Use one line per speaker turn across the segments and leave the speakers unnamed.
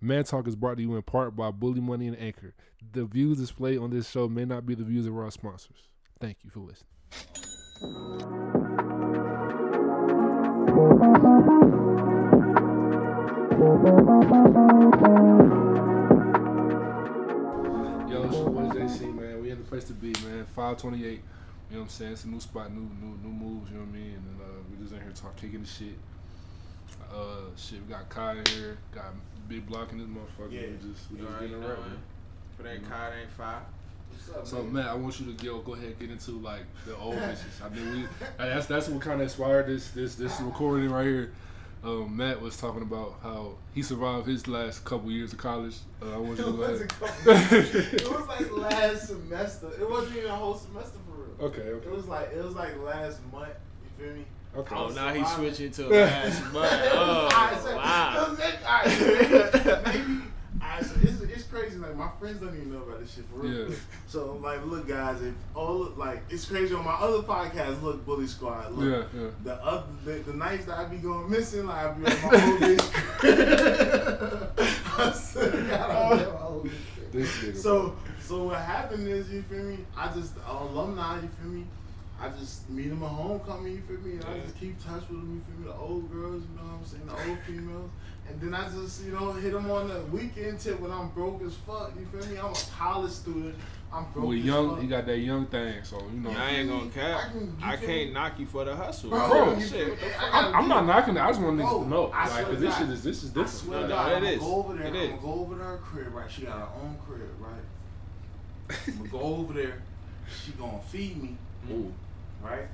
Man Talk is brought to you in part by Bully Money and Anchor. The views displayed on this show may not be the views of our sponsors. Thank you for listening. Yo, it's your boy JC, man. We in the place to be, man. 528. You know what I'm saying? It's a new spot, new new new moves, you know what I mean? And then, uh, we just in here talking, kicking the shit. Uh, shit, we got Kai in here, got Big Block in this motherfucker.
Yeah.
We just, we
You
just
already
getting it
know
right,
it.
man.
For that card ain't five.
So Matt, I want you to go go ahead and get into like the old bitches. I mean, we I- that's that's what kind of inspired this this this recording right here. Um, Matt was talking about how he survived his last couple years of college. Uh, I want you to
It
go
was, a
ahead.
couple, it was like last semester. It wasn't even a whole semester for real.
Okay, okay,
It was like it was like last month. You feel me?
okay.
Oh, now he
surviving.
switching to last month.
It was-
Oh,
alright, so- it
wow.
was maybe, alright, so maybe, maybe alright, so it's, it's crazy. Like my friends don't even know about this shit for real.
Yeah.
So I'm like, look, guys, if all like it's crazy on my other podcast, look, Bully Squad, look.
Yeah, yeah.
The other the, the nights that I be going missing, like I be on my old bitch. I swear to God, I
Oh,
be on my old bitch.
This nigga.
So so what happened is you feel me? I just uh, alumni, you feel me? I just meet them at homecoming, you feel me? And I
Yeah.
just keep touch with them, you feel me? The old girls, you know what I'm saying? The old females. And then I just, you know, hit them on the weekend tip when I'm broke as fuck, you feel me? I'm a college student. I'm broke
we
as
young,
fuck.
he got that young thing. So you know,
I ain't gonna
I
cap.
can- you
I
feel
can't
me?
knock you for the hustle.
Bro,
Bro,
you feel
shit.
me? I
I'm,
gotta
I'm not
do it.
knocking it. I just want niggas to
Bro,
know.
Oh, I
Like,
swear
'cause this
to
shit
God.
is this is
I
different.
swear
No,
to
no,
God,
it
I'm gonna
is.
go over there.
It
I'm
is.
gonna go over to her crib, right? She got her own crib, right? I'm gonna go over there. She gonna feed me,
Ooh,
right?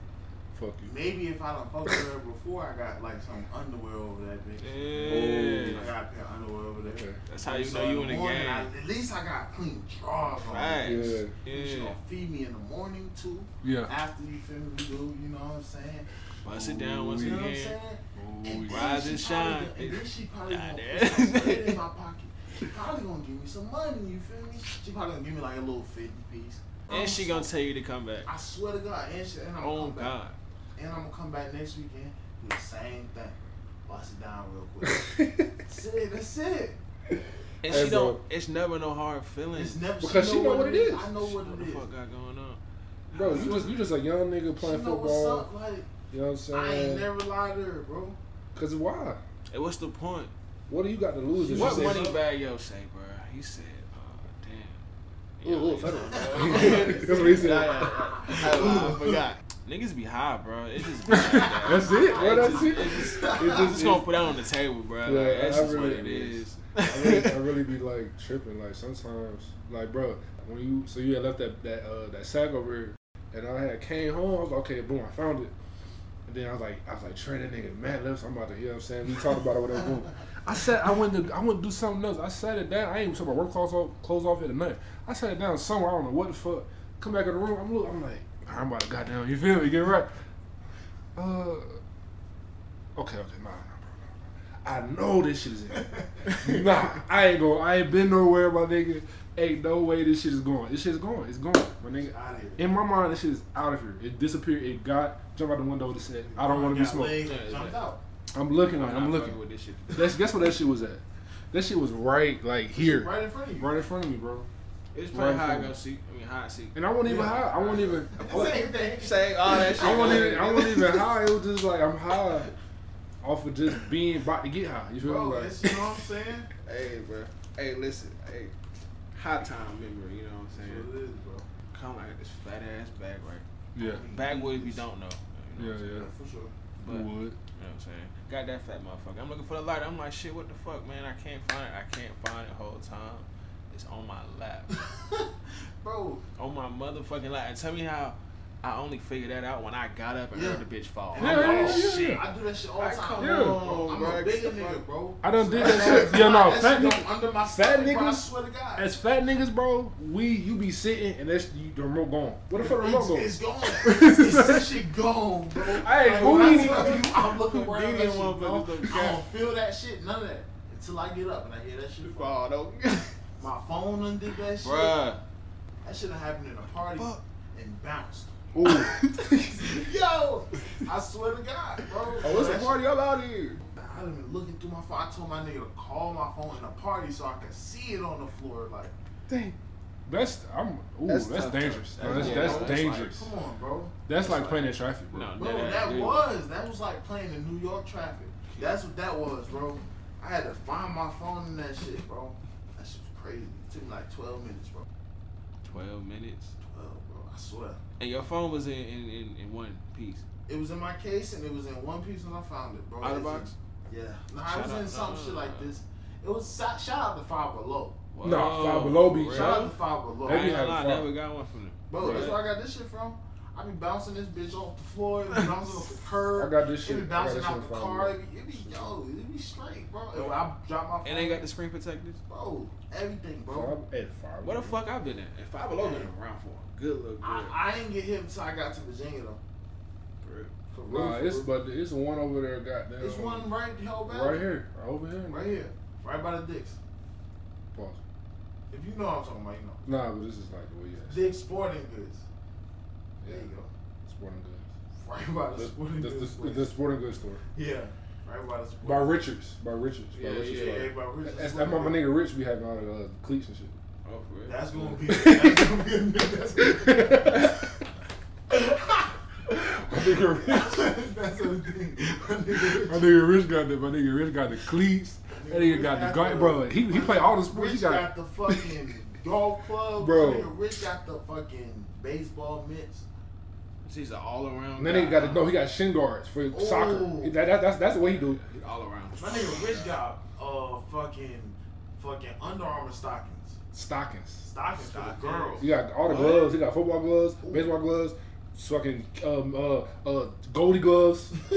fuck you.
Maybe if I done fucked with her before, I got like some underwear over that bitch.
Yeah.
I got a pair of underwear over there.
Okay.
That's how you
So
know you in the
morning,
game.
I, at least I got clean drawers on.
Facts.
Yeah.
Then She
Yeah.
gonna feed me in the morning too.
Yeah.
After you feel me, we do, you know what I'm saying?
Bust it down once
You know what I'm
again.
saying?
Ooh, yeah.
Rise
she probably
and shine.
gonna- And then she probably
God
gonna
damn.
put some bread in my pocket. She probably gonna give me some money. You feel me? She probably gonna give me like a little fifty piece.
And she gonna tell you to come back.
I swear to God, and, she, and I'm gonna
Oh
come back.
God.
And I'm gonna come back next weekend. Do the same thing. Bust it down real
Oh,
quick. that's it. That's it.
And
Hey,
she
bro.
don't. It's never no hard feelings.
It's never
Because she know what it is.
I know what
What the
it is.
fuck got going on?
Bro, you just you just a young nigga
She
playing
know
football.
what's up. Like
You know what I'm
I ain't
saying?
never lied to her, bro.
Because why?
Hey, what's the point?
What do you got to lose? if you
What
say-
money bag yo say, bro? He said, oh, damn.
Ooh, ooh,
Yo,
federal.
That's
what he said.
Yeah, yeah, yeah. I forgot. Niggas be high, bro. It just be like that.
That's it, bro.
It
That's
just-
it.
it just-
It's
I'm just gonna
it's-
put that on the table, bro.
Yeah,
like, that's
I
just what
really
it
is.
is.
I really, I really be like tripping. Like sometimes, like bro, when you so you had left that that uh, that sack over here, and I had came home. I was like, okay, boom, I found it. And then I was like, I was like, Trey, that nigga mad left. I'm about to, you know what I'm saying? We talked about it, whatever. Boom. I said I went to I went to do something else. I sat it down. I ain't even took my work clothes off, clothes off at the night. I sat it down somewhere. I don't know what the fuck. Come back in the room. I'm look. I'm like, I'm about to goddamn. You feel me? Get right. Uh, okay, okay, nah, nah, bro, nah, nah. I know this shit is in here. nah, I ain't going. I ain't been nowhere, my nigga. Ain't no way this shit is going. This shit is going. It's going, my nigga.
Out of here.
In my mind, this shit is out of here. It disappeared. It got jumped out the window. It said, "I don't want to be
Got
smoked."
legs,
Yeah,
Jumped
yeah.
out.
I'm looking like
not
I'm looking.
fucking with this shit.
That's guess where that shit was at. That shit was right like here,
Right in front of you.
right in front of me, bro.
It's probably
Right
high
foot.
go seat. I mean, high seat.
And I wasn't even
Yeah.
high. I wasn't even. I wasn't-
Same thing.
Say all that shit.
I wasn't even. I wasn't even high. It was just like I'm high off of just being about to get high. You feel
Bro,
me? Like,
that's- you know what I'm saying?
Hey, bro. Hey, listen. Hey, high time memory. You know what I'm
That's
saying?
what it is, bro.
Come like this fat ass bag right.
yeah,
Backwood if you don't know. You know
yeah,
what I'm saying?
yeah.
For sure.
But,
You would.
You know what I'm saying? Got that fat motherfucker. I'm looking for the lighter. I'm like, shit, what the fuck, man? I can't find it. I can't find it the whole time. It's on my lap.
Bro,
on my motherfucking lap. And tell me how I only figured that out when I got up and
Yeah.
heard the bitch fall.
and
Yeah,
I'm
yeah,
like,
yeah,
oh,
yeah.
shit, I do that shit all the
Like,
time.
come
Yeah.
on,
I'm
bro.
a bigger
Get the fuck-
nigga, bro.
I done did that
That's-
shit. Yo, no,
that's
fat
going
nigga.
under my
fat
stomach, bro, I
niggas-
swear to God.
As fat niggas, bro, we you be sitting and that's you, the remote gone. Where the fuck the remote
It's,
go?
it's gone. it's that shit gone, bro.
I ain't
when
moving.
I tell you, I'm looking around.
Moving
That shit, gone.
motherfuckers don't
I
count.
don't feel that shit, none of that, until I get up and I hear that shit. fall.
Fall, don't.
My phone undid that shit.
Bruh.
That shit done happened in a party
Fuck.
and bounced.
Ooh.
Yo, I swear to God, bro.
Oh, it's a
That shit-
Oh, party all out here.
I I done been looking through my phone. I told my nigga to call my phone in a party so I could see it on the floor. Like,
Dang. That's I'm. Ooh, that's,
That's tough,
dangerous.
though.
No, that's
Yeah,
that's,
bro, it's
dangerous.
Like, come on, bro.
that's like
like-
playing in traffic, bro.
No,
Bro,
Yeah,
that
dude.
was that was like playing in New York traffic. That's what that was, bro. I had to find my phone in that shit, bro. That shit was crazy. It took me like twelve minutes, bro.
Twelve minutes.
Twelve, bro. I swear.
And your phone was in in, in, in one piece.
It was in my case and it was in one piece when I found it,
Oh,
bro.
Out of
It's
box.
in- Yeah. No,
Shout
I was
out-
in some
uh,
shit like this. It was shout, shout out to Five Below.
Whoa,
Nah, Five Below be-
for
Shout out
real?
to Five Below.
I
They be
ain't gonna
having
lie, I
fun.
never got one from them.
Bro, that's
Right.
where I got this shit from. I be bouncing this bitch off the floor, it be bouncing off the curb.
I got this
It
shit.
be
I got
bouncing
this shit
out the
from-
car. It be, it be yo, it be straight, bro. And when I drop my phone.
And they got the screen protectors.
bro, everything, bro.
Five, hey, five,
What the fuck I been at? And Five Below been around for a good little bit.
Ah,
I, I didn't get hit until I got to Virginia though.
for real.
For real,
Nah,
for
it's
real.
but it's one over there. Goddamn.
it's one right hell back.
right here, over here.
Right here. Right by the dicks.
Pause.
If you know what I'm talking about, you know.
Nah, but this is like the way you asked.
Dick's sporting goods.
Yeah,
There you go.
sporting goods.
Right by the, sporting
The,
goods.
the, the,
place.
the sporting goods store
yeah. Right by the sporting
by Richards, by Richards, by
Yeah,
Richards.
yeah,
store.
Yeah, by Richard's
That's, that's
Sporting
my my
Goods.
nigga Rich be having all the uh, cleats and shit.
Oh, for real.
That's gonna be. That's gonna be a
Nigga Rich.
That's a thing.
My nigga Rich got the my nigga Rich got the cleats. That nigga got the guard, bro. He he play all the sports. He
Rich
got
got the fucking golf club,
Bro.
Nigga, Rich got the fucking baseball mitts.
She's an all around.
and then he got the, no, he got shin guards for
Oh.
soccer.
Ooh.
That, that, that's that's the way he do. it.
all around.
My nigga Rich got uh fucking fucking Under Armour stockings,
Stockings.
stockings,
Stockings.
for the girls.
He got all the
What?
gloves. He got football gloves, baseball gloves, fucking um, uh, uh, goldie gloves,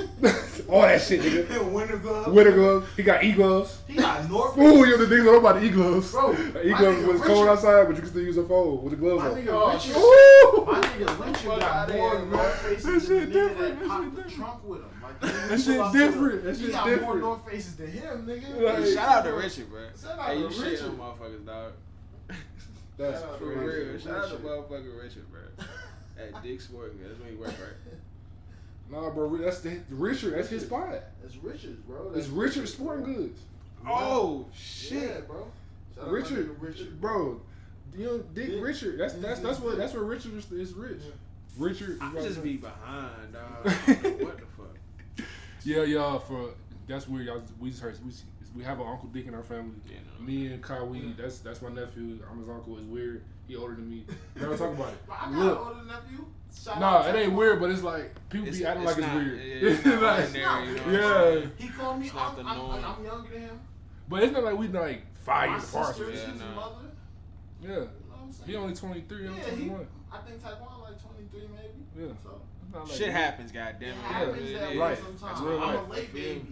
all that shit, nigga.
Winter gloves.
Winter gloves. He got e gloves.
He got North.
Ooh, yo, the niggas know about the e gloves. E
Bro, my
gloves
nigga
when it's cold
Richard-
outside, but you can still use a phone with the gloves
My
on.
nigga Richard.
Ooh!
My nigga Richard got
Fuck
more
outta here,
North Faces
This
than
shit
the nigga
different,
that
this
popped
shit
the
different.
trunk with him. Like,
That shit different, that
he
shit
got more
different.
North Faces than him, nigga.
Like,
Hey, shout out to Richard, bro.
Shout out
hey, you
to
shit
Richard.
on motherfuckers, dog.
That's
Shout out to
For
crazy.
real. Shout out to
Richard.
motherfucking Richard, bro. At Dick Sporting, Goods. that's where he work, right?
Nah, bro, that's the, Richard. That's his spot.
That's Richard's, bro.
It's
That's
Richard Sporting Goods.
Oh
Yeah,
shit.
bro. Shout out my
Richard,
nigga Richard,
bro. You know, Dick
Yeah.
Richard. That's that's that's what that's where Richard is, is rich.
Yeah.
Richard.
I
is right
just
there.
be behind, dog. I don't know what the fuck?
Yeah, y'all. For that's weird. Y'all, we just heard we, we have an uncle Dick in our family.
You know.
Me and Kawhi,
Mm.
that's that's my nephew. I'm his uncle. It's weird. He older than me. Never talk about it.
Bro, I got
Look.
an older nephew. Shout
Nah,
out
it
to
ain't
him.
weird, but it's like people
It's-
be acting
it's
like
not- yeah,
it's
it's
weird.
not
Like,
ordinary, you know what I'm
yeah,
saying?
He called me.
It's not
I'm,
the
I'm, I'm,
norm.
I'm younger than him.
but it's not like we like five
My
years apart.
sister,
Yeah,
his
nah.
mother.
Yeah,
You know what I'm saying?
he only 23. I'm
yeah, he,
21.
I think Taekwondo like 23 maybe.
Yeah,
So
It's not like
Shit
that.
happens, goddamn
it
it.
happens
It
that
is.
way
Right. That's
sometimes.
real
I'm
life.
a late baby.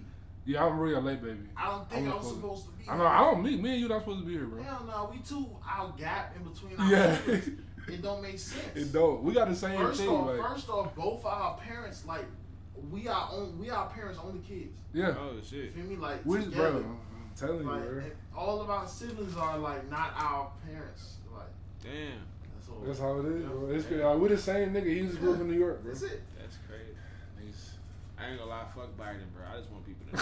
Yeah, I'm really a late baby.
I don't think
I'm
I
a
was
fuck-
supposed to be.
I know. I don't. Me, me and you not supposed to be here, bro.
Hell no, we two out gap in between. Our
Yeah,
parents. it don't make sense.
it don't. We got the same
First
thing.
off,
like,
first off, both our parents like we are on we our parents only kids.
yeah,
Oh
You
shit.
feel me? Like
we just, bro.
together,
I'm telling you,
like
bro.
and all of our siblings are like not our parents. Like
Damn.
that's all.
That's how it is, bro. It's crazy. Like, we the same nigga. He just grew up in New York, bro.
That's it.
That's crazy.
Niggas-
I ain't gonna lie, fuck Biden, bro. I just want people to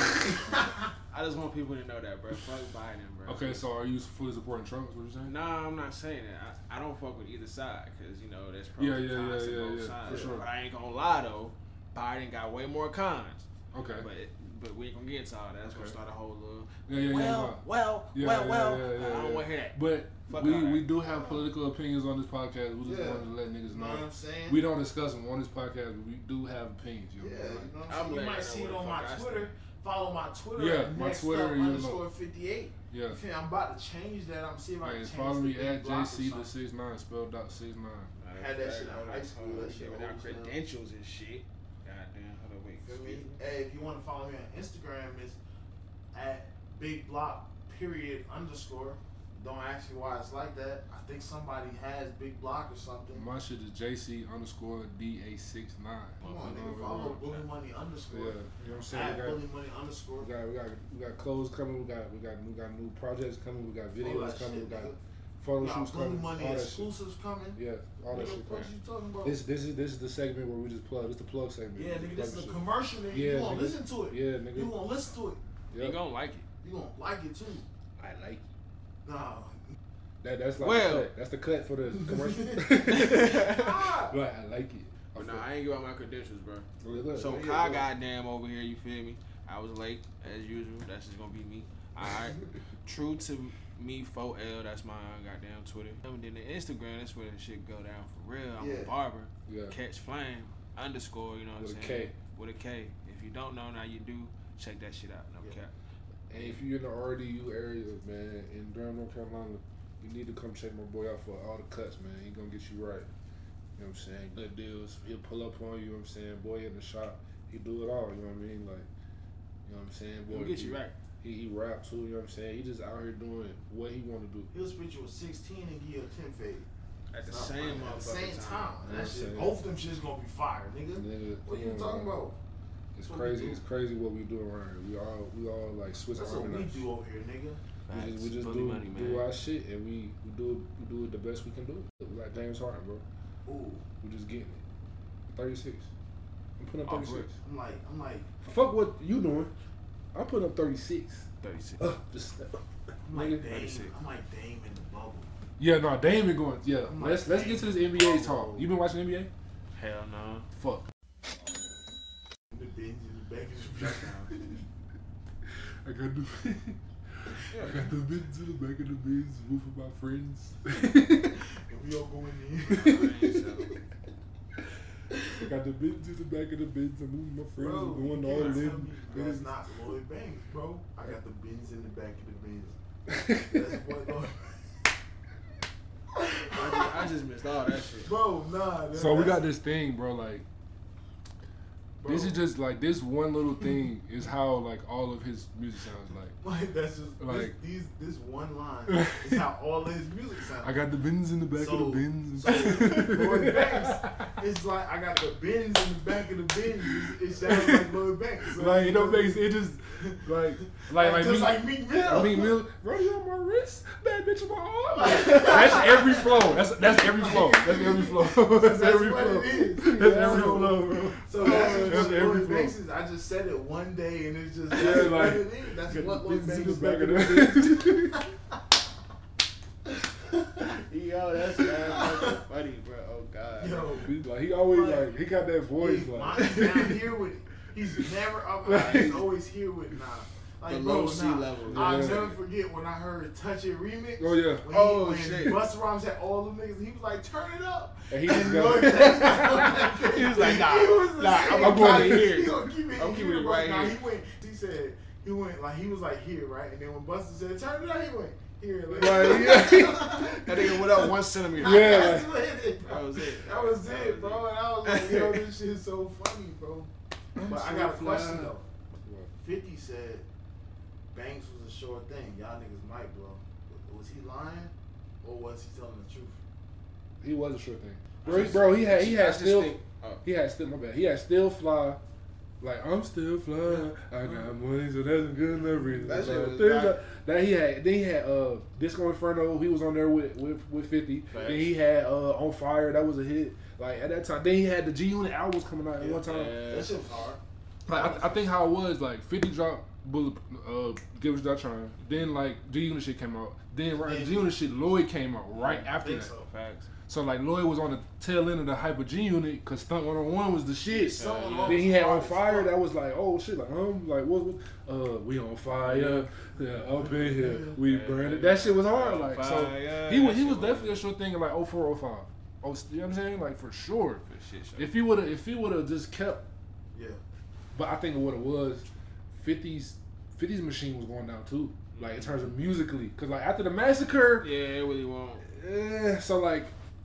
know. I just want people to know that, bro. Fuck Biden, bro.
Okay, so are you fully supporting Trump? Is what you're saying?
Nah, I'm not saying that. I, I don't fuck with either side because you know there's pros
Yeah,
and
yeah,
cons
yeah,
to
yeah,
both
yeah,
sides.
for sure.
But I ain't gonna lie though, Biden got way more cons.
Okay.
But but we ain't gonna get into all that. That's gonna
Okay.
start a whole little.
Yeah, yeah, yeah.
well, well,
yeah,
well,
yeah,
well.
yeah, yeah,
I don't
yeah.
want to hear that.
But
Fuck
we
all that.
we do have political opinions on this podcast. We just
Yeah.
wanted to let niggas
You know
know.
what I'm saying?
We don't discuss them on this podcast, but we do have opinions. You
yeah,
know
you
what I mean?
know what
I'm
I'm saying? You
letting
might
her
see it
know
on
what
my
the fuck I
Twitter. Follow my Twitter.
Yeah,
at
my
next
Twitter,
up
you know.
underscore 58.
yeah.
You feel- I'm about to change that. I'm seeing if I
Hey,
can
follow
change
me
the big
at
block or
JC the
something.
six nine spelled out six nine.
had that shit in
Hold
high
on,
school,
hold on,
that shit
Without
old as hell.
credentials and shit. Goddamn, hold on, wait.
Feel me?
excuse me.
Hey, if you want to follow me on Instagram, it's at big block period underscore. Don't ask me why it's like that. I think somebody has big block or something.
My shit is JC underscore DA six nine.
Come on, nigga, follow bully money
Yeah,
underscore.
you know what I'm saying?
At
We got,
bully money underscore.
we got we got we got clothes coming. We got we got we got new projects coming. We got
All
videos
that
coming. we
shit,
got
nigga.
photo
We got
shoots
bully
coming. All
money
that shit.
exclusives coming.
Yeah, all that
Nigga,
shit.
what
coming.
you talking about?
This this is this is the segment where we just plug. This the plug segment.
yeah,
We
nigga,
plug
this is a
the
commercial, nigga.
Yeah,
you won't
nigga.
listen to it.
shit. Yeah,
You
nigga.
won't listen to it.
You
Yep.
gonna like it.
You gonna like it too.
I like it.
Nah.
That, that's like
Well-
the cut. that's the cut for the commercial.
Ah,
like I like it. I
But no,
feel-
I ain't give out my credentials, bro.
Look, look,
So
look,
Kai
look.
goddamn over here, you feel me? I was late as usual. That's just gonna be me. Alright. True to me 4L, that's my goddamn Twitter. And then the Instagram, that's where the shit go down for real. I'm
Yeah.
a barber.
Yeah.
Catch flame underscore, you know what
With
I'm
a
saying?
K.
With a K. If you don't know now you do, check that shit out. No
Yeah.
cap.
And if you're in the RDU area, man, in Durham, North Carolina, you need to come check my boy out for all the cuts, man. He gonna get you right. You know what I'm saying? Good deals. He'll pull up on you, you know what I'm saying? Boy in the shop, he do it all, you know what I mean? Like, you know what I'm saying? Boy,
We'll get
he,
you right.
He, he rap too, you know what I'm saying? He just out here doing what he wanna do.
He'll spit you a 16 and give you a 10 fade.
At the
Nah,
same
at the
motherfucking
You
same time.
know
That
what I'm
shit,
saying?
both of them shit's gonna be fire, nigga.
Nigga,
What are
come
you
on,
talking
man.
about?
It's
That's what we
crazy.
do.
It's crazy what we do around here. We all we all like Swiss
That's what
Army
we
knives.
do over here, nigga.
We
Facts.
just, we just
Money,
do,
money, man.
do our shit and we, we do it, we do it the best we can do. it. We like James Harden, bro.
Ooh,
We just getting it. Thirty six. I'm putting up
Off
thirty six.
I'm like, I'm like,
Fuck what you doing. I'm putting up thirty six.
36.
Uh, just
I'm like
Nigga,
Dame.
36.
I'm like Dame in the bubble.
yeah, no, Dame been going. Yeah,
I'm
let's
like,
let's get to this
Dame.
NBA talk. You been watching NBA?
Hell no.
Fuck.
The Benji, the back of the
I got the I got the bins in the back of the bins roof of my friends.
and we all going
I ain't
in.
selling.
I got the bins in the back of the bins. I'm moving my friends.
Bro,
I'm going
you
all
can't tell
in.
me That's not Lloyd Banks, bro. I got the bins in the back of the bins. That's what Lloyd
I just, I just missed all that shit.
Bro, nah. That,
So we got
that's-
this thing, bro. Like
bro,
this is just like this one little thing is how like all of his music sounds like.
Like that's just
like-
this, these this one line is how all of his music sounds.
I got the bins in the back
So-
of the bins.
so, Lloyd Banks, it's like I got the bins in the back of the bins. It, it sounds like Lloyd Banks. So
like it don't make sense. It just like like like
just
me.
like Meek Mill.
I mean, Mill, rodeo on my wrist, bad bitch on my arm. that's every flow. That's that's every flow. That's every flow. That's,
That's
every
what
flow.
it is.
That's every
So-
flow. Bro.
So that's just
That's
what
every
Lloyd
flow.
Banks is. I just said it one day, and it's just that's
Yeah,
what
like,
it is. That's
got
what
the
Lloyd
bins in
Banks is.
the back of
doing.
the bins.
Yo, that's fucking funny, bro. Oh god.
Yo,
He's like he always like he got that voice
he's
like.
down here with. He's never up high. He's always here with nah. Like
Below
bro,
sea
nah.
level.
I'll
Yeah.
never forget when I heard "Touch It" remix.
Oh, yeah.
When he,
Oh,
when
shit.
Busta Rhymes had all the niggas. He was like, "Turn it up."
And he just
Lloyd
got.
Banks-
He was like, nah,
He was
nah,
like,
I'm going to
here.
He gonna keep it,
I'm
in
keeping it
bro.
right
Nah,
here.
He went. He said he went like he was like here, right? And then when Buster said, "Turn it up," he went here. Like,
Right, yeah.
That nigga went up one centimeter.
Yeah.
That's what it is, bro.
That was it.
That was it, bro. And I was like, yo, this shit is so funny, bro. But I got a question though. Fifty said Banks was a sure thing. Y'all niggas might blow. Was he lying, or was he telling the truth?
He was a sure thing. Bro, he, bro, he had he
I
had
just
still
think- oh.
he had still my bad. He had still fly. Like I'm still fly. I got money, so that's a good enough reason.
That shit
Like,
was
things
back-
like- that he had. Then he had uh Disco Inferno. He was on there with with, with Fifty.
Facts.
Then he had uh On Fire. That was a hit. Like at that time. Then he had the G Unit albums coming out at
Yeah.
one time.
That shit was hard.
Like I, I think how it was like Fifty dropped Bullet, uh, Give Us That Trying. Then like G Unit shit came out. Then right
Yeah.
G Unit shit Lloyd came out right
I
after
think
that.
so.
Facts.
So like Lloyd was on the tail end of the hyper G unit because Stunt 101 was the shit.
So-
Someone
yeah.
else
then he had
was
on
hard as
fire
fuck.
that was like oh shit like um like what, what uh we on fire yeah up in here we
Yeah.
burn it that shit was hard like so
Fire.
he was
That
he
shit
was
was-
definitely a sure thing in like 0405 oh you know what I'm saying like for sure
Good shit, show.
if he would have if he would have just kept
Yeah.
but I think what it was 50s 50s machine was going down too like in terms of musically because like after the massacre
yeah, it really won't.
eh, so like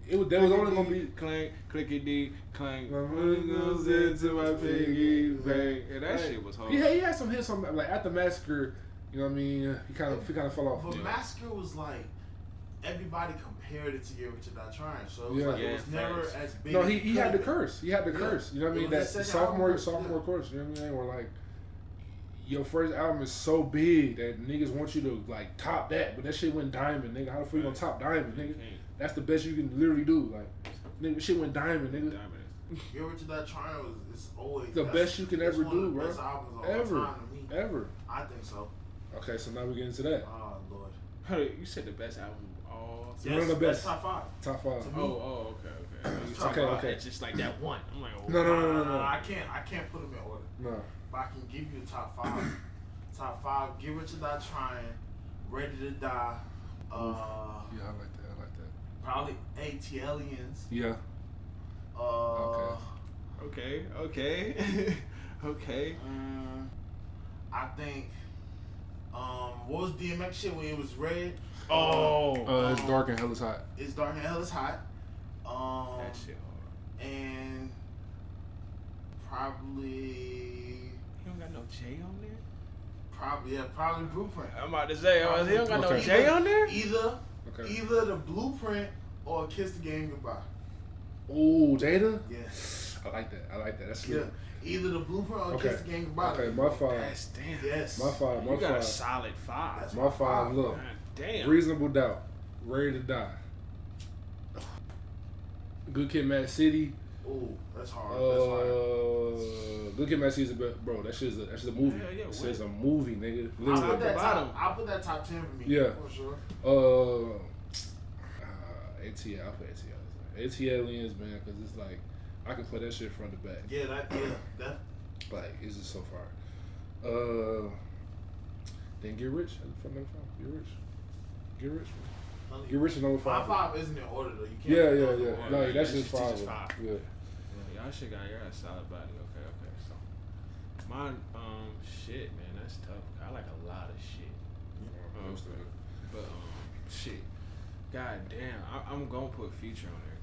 it was there was only gonna be
clank, clickety, clank.
My money goes into my piggy bank.
And that
Like,
shit was hard.
He had, he had some hits on like at the massacre. You know what I mean? He kind of he kind of fell off.
But
Yeah.
Massacre was like everybody compared it to Year Richard Not Trying, so it was
Yeah.
like
Yeah,
it was never
facts.
as big.
No,
as
he,
it
he had the
could've been.
curse. He had the
Yeah.
curse. You know what I
It
mean?
was
That
his second
sophomore
album,
sophomore
yeah.
course. You know what I mean? Where like your first album is so big that niggas want you to like top that, but that shit went diamond, nigga. How the fuck you gonna top diamond, nigga? That's the best you can literally do. Like, nigga, shit went diamond, nigga.
Year Richard Not Trying was it's always
The
that's-
best you can
that's
ever
one of
do,
the
bro.
Best albums of all
Ever.
time to me.
Ever.
I think so.
Okay, so now we get into that.
Oh lord.
Hey, you said the best album of all.
It's one of the best.
That's top five.
Top five.
To me.
Oh, oh, okay, okay. You
It's
talking
okay,
about
okay.
that just like that one. I'm like, oh,
No, no, no, no,
Nah,
no.
I can't. I can't put them in order.
No.
But I can give you a top five. top five. Get Rich or Die Trying. Ready to Die. Uh,
Yeah, I like that. I like that.
probably ATLians.
Yeah.
Uh,
Okay.
oh, Okay, okay, okay.
um, I think. Um, what was DMX shit when it was red?
Oh,
Uh, it's dark and hell is hot.
It's dark and hell is hot. Um,
that shit. hard.
and probably,
He don't got no J on there.
probably, yeah, probably Blueprint.
I'm about to say, oh, he don't got no
Okay.
J on there.
Either,
Okay.
either the Blueprint or Kiss the Game Goodbye.
Ooh, Jada.
Yeah,
I like that. I like that. That's
yeah.
good.
Either the Blueprint or
Okay.
Kiss the Game Goodbye.
Okay, my five.
That's damn.
Yes.
My five.
You
My
got a
five.
solid five.
That's
My five. Look,
God damn.
reasonable doubt. Ready to die. Good Kid, Mad City.
Ooh, that's hard. Oh, that's hard.
Uh, Good Kid, Mad City is a bit- bro. That shit's a that's just a movie.
Hell yeah,
It's
what?
just a movie, nigga.
I'll
Literally.
put, that
bottom.
top, I'll put that top 10 for me.
Yeah.
For sure.
Uh, uh, ATL. I'll put ATL. ATL aliens, man, because it's like I can play that shit front to back.
Yeah, that, yeah, that,
Like it's just so far. Uh, then get rich. Fuck number five. Get rich. Get rich. Get rich is number
my
five.
five isn't in order, though. You can't
Yeah, yeah,
put it in
yeah.
order.
No, that's
That's
just
just-
five.
just five.
Yeah.
Y'all shit got y'all got a solid body. Okay, okay. So mine, um, shit, man, that's tough. I like a lot of shit,
Oh.
but um, shit, god damn, I, I'm gonna put Future on there.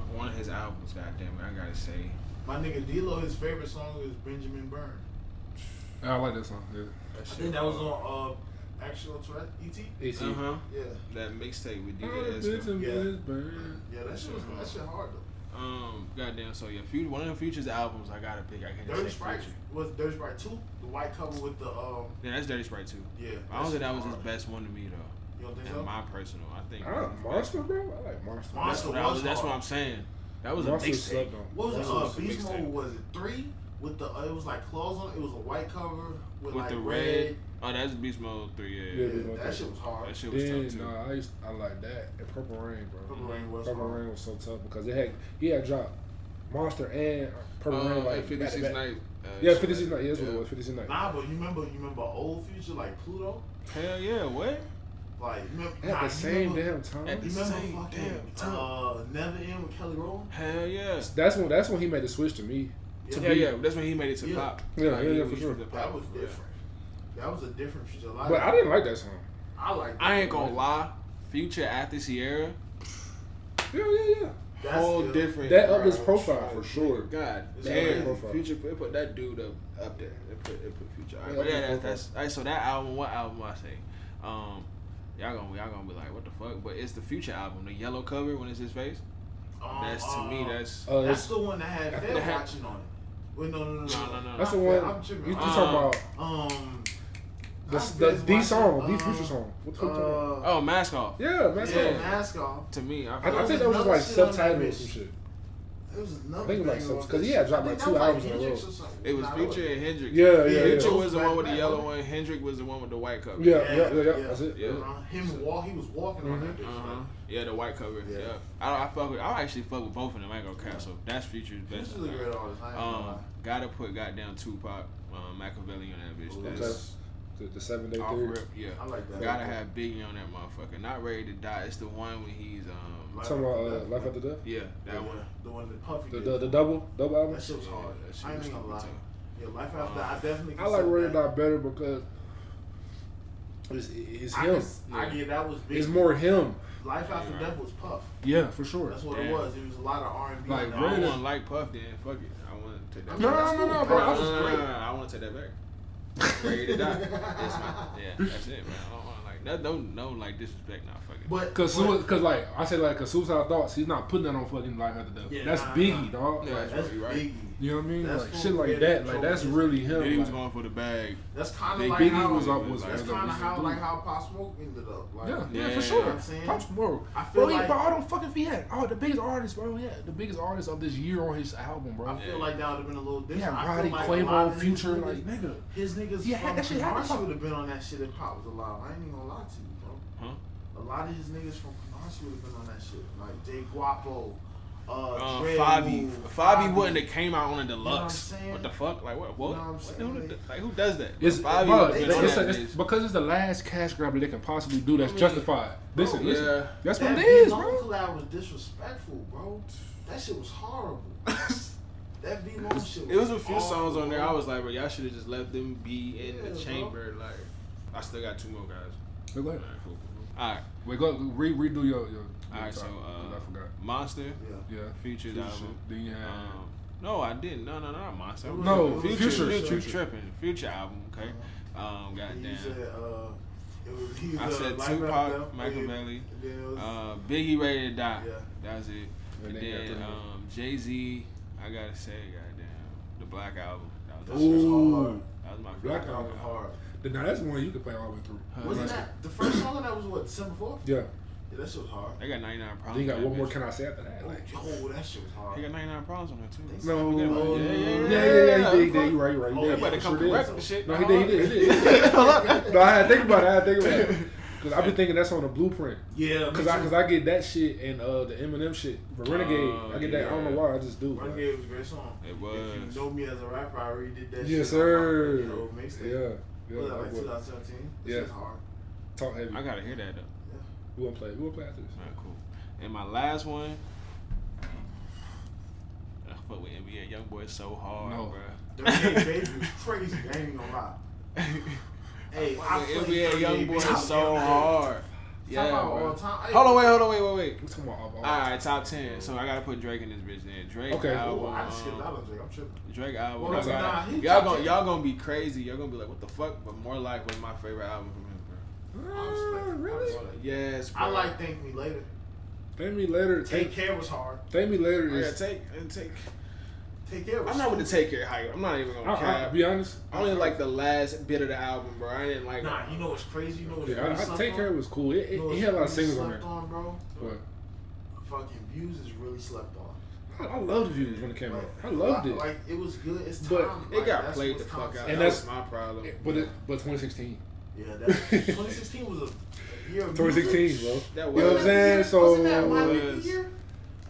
Um, one of his albums, god damn it, I gotta say,
My nigga D-Lo, his favorite song is Benjamin Byrne.
I like that song. Yeah.
that
I
shit.
think that was on uh, Actual Threat, E.T.?
AT.
Uh huh.
Yeah.
That mixtape with
Oh,
DJ
bitch,
Esco.
and
Uh-huh. Yeah.
bitch, burn.
Yeah, that shit was
Mhm.
that shit hard, though.
Um, goddamn. So yeah, Future. One of the Future's albums I gotta pick. I can't
Dirty
just say
Sprite
Future.
was Dirty Sprite 2, the white cover with the, um,
Yeah, that's Dirty Sprite too.
yeah.
I don't
shit
think that was his
hard.
best one to me though.
You don't think
In
so?
my personal, I think.
I like Monster, bro. I like Monster.
Monster.
That's what, I was,
was
that's what
hard.
I'm saying. That was a
Monster
mixtape.
slept on.
What was
That's
it?
what
Uh,
was the
Beast
mixtape.
Mode was it three with the uh, it was like claws on it. It was a white cover with,
With
like
the
red.
red. Oh, that's Beast Mode three. Yeah,
Yeah,
yeah.
Beast
Yeah,
Mode
that
three.
shit was hard.
that shit was tough
Then
too.
nah, I used I like that and Purple Rain, bro.
Purple Rain was
Purple
hard.
Rain was so tough because it had he had dropped Monster and Purple
Uh,
Rain like
and
back
56
to back.
night. Uh,
Yeah,
shit
Fifty Six
like-
Night. Yeah, that's what
yeah.
it was. Fifty Six Night.
Nah, but you remember you remember old future like Pluto,
Hell yeah! What?
like you remember,
At
nah,
the
you
same
remember,
damn
at the
time.
You remember
Same
fucking
damn time.
uh, Never End with Kelly Rowland?
Hell yeah!
That's when that's when he made the switch to me.
Yeah,
yeah, yeah. That's when he made it to
Yeah.
pop.
Yeah,
Like,
yeah,
he
yeah,
was
for sure.
the pop.
that was
Yeah.
different. That was a different future. A lot
But
of-
I didn't like that song.
I like.
I ain't gonna lie. Future after Sierra,
Yeah, yeah, yeah.
That's
whole
still-
different.
That upped his
bro.
profile for sure.
God
It's
damn,
crazy.
Future put, it put that dude up up there. It put, it put Future. All right,
Yeah,
but yeah,
okay,
that,
okay.
that's all right, so that album. What album I say? Um, y'all gonna y'all gonna be like, what the fuck? But it's the Future album, the yellow cover when it's his face.
Um,
That's to me.
uh,
That's
Uh,
that's
that's,
the one that had
That
Fed
had-
watching on it. Wait, no, no, no, no,
No, no, no.
that's the
Not
one.
Fed, I'm
you
tripping.
you
Um,
talking about
Um,
the
I'm
the
just
D
watching,
song, D
um,
Future song. What the fuck? you talking about?
Uh,
oh, mask off.
Yeah, man.
yeah,
Yeah.
mask off.
To me, I,
I,
feel
I
like
think that was just like
Another shit on that
subtitled or some
bitch.
shit.
It was another
I think it was like
banger
some-
off
'cause he
that
had
shit.
dropped
I
like
think
two
that was
albums in a
Hendrix
row.
or something.
it was
Nah,
Future and Hendrix.
Yeah, yeah, yeah.
Future
It
was the
back-
one with the
back-
yellow one. Hendrix was the one with the white cover.
Yeah, yeah, yeah, yeah. That's it. Mm-hmm.
Yeah.
Uh, Him wall, he was walking on that bitch.
Uh-huh. Yeah, the white cover. Yeah,
Yeah.
I, don't- I fuck with. I actually fuck with both of them. I ain't gonna cap. So that's Future's
Like,
best.
this is a great artist. I ain't gonna
Um,
lie.
gotta put goddamn Tupac, um, Machiavelli on that bitch.
Ooh,
That's
The, the seven day
off
theory.
rip. Yeah,
I like that.
gotta have Biggie on that motherfucker. Not ready to die. It's the one when he's um.
Life
Talking about
After
uh,
Death.
Life After Death.
Yeah, that
Yeah,
one.
The one that Puffy
The,
did.
the the double double album.
that shit was
Yeah,
hard.
that shit
I ain't
was
even gonna
tough
lie.
as hell.
Yeah, Life
Um,
After Death, I definitely.
I like
consider
Red
that.
Dot better because it's, it's
I
him.
cons- I
Yeah.
get that was big.
It's more him.
Life After
Right.
Death was Puff.
Yeah, for sure.
That's what
Damn.
it was. It was a lot of R and B.
Like,
No, I
Red
don't
is-
want like Puff. Then fuck it. I want to take that.
No,
back.
no, no, no, bro. I was
no, no,
great.
no, no, I want to take that back. Ready to die. That's my, yeah, that's it, man. I don't want like That don't no like disrespect, not fucking.
But
Cause,
but-
sui- cause like I said, like cause suicide thoughts, he's not putting that on fucking like other death.
Yeah,
that's
nah,
Biggie,
nah.
dog.
Yeah.
Like,
that's
Right, right.
Biggie.
you know what I mean?
That's
like
full
shit like
creative
that. Like
control.
that's really him.
Then he was
like-
going for the bag.
That's kind
Big
of like
Biggie
how
was up- was
That's
up
kind
with
of how
the
like
dude.
how Pop Smoke ended up. Like,
Yeah, yeah,
Yeah.
for
You know
sure.
what I'm saying?
Pop tomorrow.
I feel
Bro, he
like-
bought all them fucking Fiat. Oh, the biggest artist, bro. Yeah, the biggest artist of this year on his album,
I
bro.
feel
Yeah.
like that would have been a little different.
Yeah,
I
Roddy,
feel like a lot of
Quavo,
these
Future,
niggas-
like nigga.
His niggas
Yeah,
from
that shit had to
Kumasi
come-
would have been on that shit if Pop was alive. I ain't even gonna lie to you, bro.
Huh?
A lot of his niggas from Kumasi would have been on that shit. Like Jay Guapo, uh,
Uh,
Dre
Favi,
Rule,
Favi
Favi.
wouldn't have came out on a deluxe.
You know what I'm saying?
what the fuck? Like what? What?
You know what I'm
What-
saying?
who the- like who does that?
It's,
Favi
bro,
would've been
it's-
on
it's-
that
it's-
bitch.
because it's the last cash grab that they can possibly do that's
I mean,
justified. Listen,
bro,
listen.
yeah.
That's
that
what it is,
Vlog
bro.
collab was disrespectful, bro. That shit was horrible. That V Long shit.
It was a few
awful,
songs on there. I
Oh, bro.
was like, bro, y'all should have just let them be in
Yeah,
the
bro.
chamber. Like, I still got two more guys.
Wait, go
All
ahead.
right, cool. All right,
Wait, go re- redo your. your, your
all right. So,
topic, 'cause I
uh,
forgot.
Monster,
Yeah.
Yeah.
Future's
Future.
album.
Then you had.
Um, no, I didn't. No, no, no, not Monster.
No,
Future,
Future.
Future,
Future.
tripping. Future album. Okay. Um,
He
goddamn.
said, uh, it was, he was,
I
uh,
said
Life After
Tupac,
Death,
Michael
yeah.
Bailey,
And then it was-
uh, Biggie ready to die.
Yeah.
That was it. And
And then got
then
the-
um, Jay Z. I gotta say, goddamn, the Black album. That was,
that shit was
Ooh.
hard.
that was my
Black
favorite.
That was hard.
Now that's one you could play all the way through.
Huh.
Wasn't
Nice.
that the first song? That was what December fourth.
Yeah.
Yeah, that shit was hard.
They got
Then
99
you
problems.
got
on
what
that
more
bitch.
can I say after that? Like,
Yo, Oh, that shit was hard.
He got 99 problems on her too.
no. Yeah,
Yeah,
yeah,
yeah, yeah,
yeah.
yeah,
You did. You did.
fuck.
You right. You right. You
Oh,
did.
yeah,
They about to
You
come
sure did.
correct the shit.
No, he did. He did. He did. no, I had to think about it. I had to think about it. Because I've been thinking that's on the blueprint.
Yeah,
Because I, cause I get that shit and uh, the Eminem shit. But Renegade, I get that. I don't know why. I just do.
Oh, Run Game was a great song.
It
If
was.
you know me as a rapper, I already did that. shit.
Yes,
on my
sir.
fucking old mixtape.
Yeah. Yeah,
Was that
I
like
would.
2017?
Yeah.
This is hard.
Talk heavy.
I gotta hear that though.
We won't play. We won't play after this.
Alright, cool. And my last one. I fuck with NBA YoungBoy so hard,
No.
Dirty Baby was crazy. I ain't even gonna lie.
bruh.
Hey, I
Fuck with
played
NBA
38
YoungBoy
top
so
10.
hard.
Talk
Yeah,
about
bruh.
all time. Hey,
Hold on, wait, hold on, wait, wait, wait.
We talking about Ah, all- all-
Ah,
All right, top ten. So I gotta put Drake in this bitch. Then Drake
Okay.
Ooh,
album.
I just skipped
um,
out on Drake. I'm tripping.
Drake album.
Well,
I gotta-
nah, he
y'all
top
gonna
10.
y'all gonna be crazy. Y'all gonna be like, what the fuck? But more like, what's my favorite album from him, bro?
Ah, really?
Yes, bro.
I like Thank Me Later.
Thank me later.
Take
Take.
Care was hard.
Thank me later
Yeah,
is.
take and take.
Take Care was
I'm not with the take care hype. I'm not even
I-
gonna
I-
cap.
I'll be honest.
I only like the last bit of the album, bro. I didn't like.
Nah, you know what's crazy? You know what's
Yeah, I, I take care. It was cool. It, it, it had a lot of singles on there.
on, bro.
But
Fucking views is really slept on.
I, I loved views when it came out. I
Like,
loved
li-
it.
Like it was good. It's time.
But
It
Like,
got
that's
played the
what's
fuck out.
constant.
And
And
that's-
that's my problem.
But it, but 2016.
yeah. That, 2016 was a year. Of
2016,
music.
bro.
That
You know what I'm
was-
saying?
Wasn't that my
So uh,
nigga
was-
year?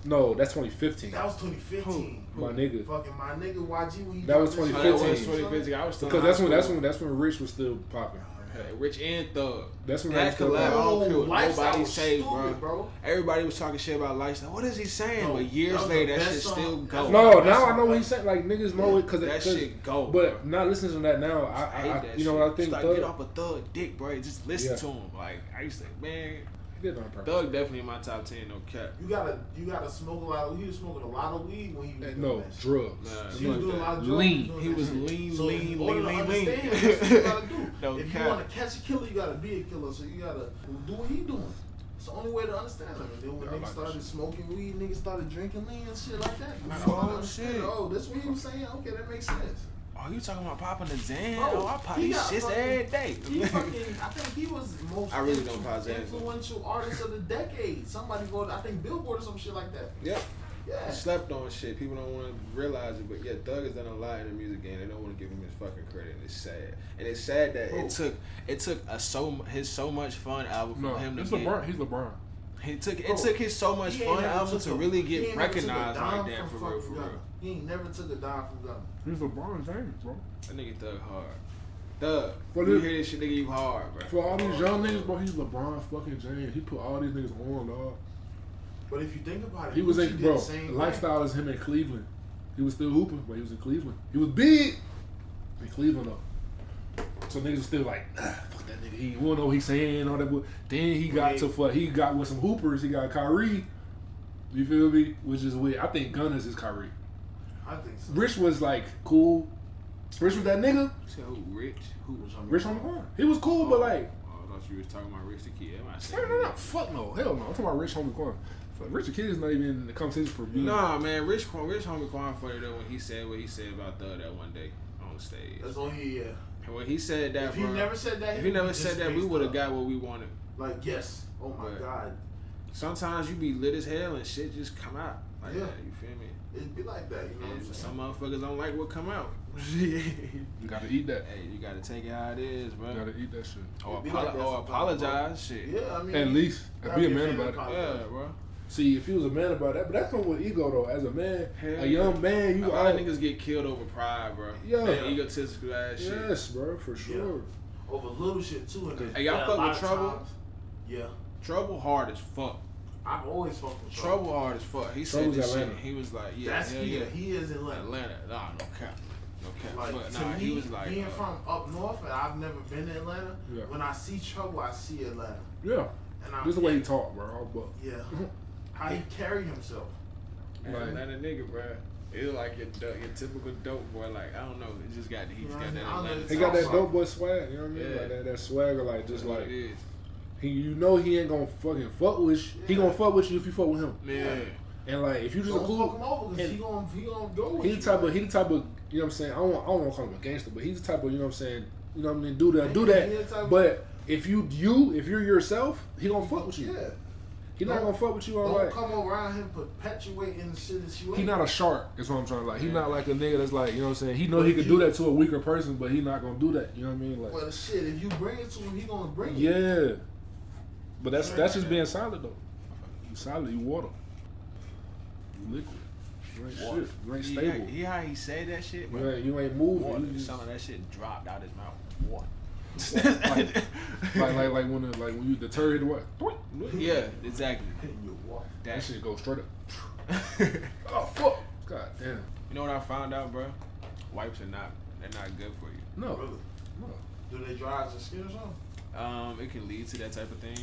no, that's 2015.
That was 2015.
My nigga.
Fucking my nigga YG. When he
That was
dropped this
Oh,
shit.
that was
2015.
2015. I was still
Because
in high
that's when that's
school.
when that's when Rich was still popping.
Okay, Rich and Thug.
That's when
That
Rich still
collab-
popping.
all
Oh,
killed.
Lifestyle
Nobody
was
saved, bro.
stupid, bro.
Everybody was talking shit about lifestyle. What is he saying?
No,
but years
that was
later,
the
that
best
shit
song.
still go.
No,
That's
now I
what-
know what he said. Like niggas know it because
that shit go. bro.
But now listening to that now, I,
I hate
I, I
that
you know
shit.
what I think.
Just like,
Thug,
get off a thug dick, bro. Just listen
Yeah.
to him. Like I used to, man,
he did it on purpose.
thug definitely in my top ten. No cap.
You gotta, you gotta smoke a lot. Of, he was smoking a lot of weed when he was
And
doing
no
that shit.
drugs.
Nah.
He was
Fuck
doing a
that.
lot of drugs.
Uh, Lean.
doing
He
that
was
shit.
lean,
So
lean,
in order
lean,
to
lean,
understand
lean.
this, this is what you gotta do.
No
if
cap.
you want to catch a killer, you gotta be a killer. So you gotta do what he doing. It's the only way to understand him. And then when
I like
niggas
that
started
shit.
smoking weed, niggas started drinking lean and shit like that.
Nah,
You know, I
oh,
understand,
shit.
Oh, that's what he was saying. Okay, that makes sense.
Oh, you talking about popping the Zan?
Bro,
oh, I pop
he
these
got
shits
fucking-
every day.
He fucking, I think he was the most
I really don't pause that.
influential artist of the decade. Somebody voted, I think Billboard or some shit like that.
Yep,
Yeah.
slept on shit. People don't want to realize it, but yeah, Thug has done a lot in the music game. They don't want to give him his fucking credit, and it's sad. And it's sad that
Bro.
it took it took a so mu- his so much fun album for
No,
him to
it's
get.
LeBron. He's LeBron.
It took
Bro,
it took his so much
He ain't
fun
never
album
took
to
a-
really
he
get
ain't never took a
recognized like
dime
that
from
for real,
fucking
for real.
Gunna. He ain't never took a dime from Gunna.
He's LeBron James, bro.
That nigga thug hard. Thug.
What
you
is-
hear this shit, nigga, you hard, bro.
For all these young niggas, bro, he's LeBron fucking James. He put all these niggas on, dog.
But if you think about it,
He was
Gucci
in
did
bro.
the same thing.
Lifestyle is him in Cleveland. He was still hooping, but he was in Cleveland. He was big in Cleveland though. So niggas was still like, ah, fuck that nigga. He we don't know what he's saying and all that. But then he got
Right.
to fuck. He got with some hoopers. He got Kyrie. You feel me? Which is weird. I think Gunners is Kyrie.
I think so.
Rich was like cool. Rich was that nigga.
So who rich? Who
Rich
rich?
homie.
Rich on the horn. He was cool, but like
Oh, thought you was talking about Rich the Kid. Am I
No,
saying
no, no. Fuck no. Hell no. I'm talking about Rich Homie Quan. Fuck, Rich the Kid is not even in the conversation for me.
Nah, man, Rich, Quan- Rich homie Quan funny though when he said what he said about Thug that one day on stage.
That's on he. uh, Yeah.
And when he said that,
if he
bro,
never said that,
if he never
would've
said
just
that, we
faced
would have
up.
got what we wanted.
like yes. Oh my
But-
god,
Sometimes you be lit as hell and shit just come out like
Yeah.
that. You feel me?
it'd be like that. You know what I'm
And
saying?
some motherfuckers don't like what come out. hey,
You gotta eat that.
you gotta take it how it is, bro.
You gotta eat that shit.
Or,
It be
apo-
like that
or
sometimes,
apologize, shit.
Yeah, I mean,
At least.
gotta
Be a
be
man about it.
Yeah, bro.
See, if you was a man about that, but that's come with ego though. As a man,
Hell
a young
yeah.
man, you
a lot
all
of niggas get killed over pride, bro.
Yeah.
And egotistical ass shit.
Yes, bro, for sure.
over little shit too. And
Hey, y'all
yeah, a
fuck
lot
with
of
Trouble?
times- yeah,
Trouble hard as fuck.
I've always fucked with Trouble.
Trouble hard as fuck. He
Trouble's
said this
Atlanta.
shit. He was like, yeah,
That's
hell
he.
yeah.
He is in Atlanta.
Atlanta. Nah, no cap. No cap.
Like
but
to
nah,
me,
he was like,
being
uh,
from up north, and I've never been to Atlanta.
Yeah.
When I see Trouble, I see Atlanta,
Yeah,
and I
just the way he talk, bro. All buck.
Yeah, how he carry himself.
Man,
Right.
Atlanta nigga, bro. It's like your, dope- your typical dope boy. Like I don't know, it just got he just got that
I don't know,
Atlanta.
He got that
Southside.
dope boy swag. You know what I mean?
Yeah.
Like that, that swagger, like just
That's what
like
it is.
he, you know, he ain't gonna fucking fuck with. You. He
Yeah.
gonna fuck with you if you fuck with him.
man.
And like if you just a
Don't fuck him
cool,
over because
and-
he gonna he gonna go with
he the
you,
type
man.
of he the type of you know what I'm saying. I don't I don't want to call him a gangster, but he's the type of you know what I'm saying. You know what I mean? Do that, do
Yeah, he the type
that.
of-
But if you you if you're yourself, he gonna fuck with you.
Yeah,
He not
Don't-
gonna fuck with you.
don't
All right.
come around him perpetuating the shit that you.
He
ain't.
not a shark. Is what I'm trying to like. He not like a nigga that's like you know what I'm saying. He know
But
he
if
could
you-
do that to a weaker person, but he not gonna do that. You know what I mean? Like
Well, shit, if you bring it to him, he gonna bring it.
yeah. But that's that's just being solid though. You solid. You water. You liquid. You ain't
Water.
shit. You ain't
He-
stable.
He, how he say that shit, bro.
You ain't, you ain't moving.
Water.
You just-
Some of that shit dropped out his mouth. Water.
Like- like like like when the, like when you deter hit the what?
yeah, exactly.
And you walk.
That
That
shit go straight up.
shit.
Oh fuck! God damn.
You know what I found out, bro? Wipes are not they're not good for you.
No.
Really?
No.
Do they dry your skin or something?
Um, it can lead to that type of thing.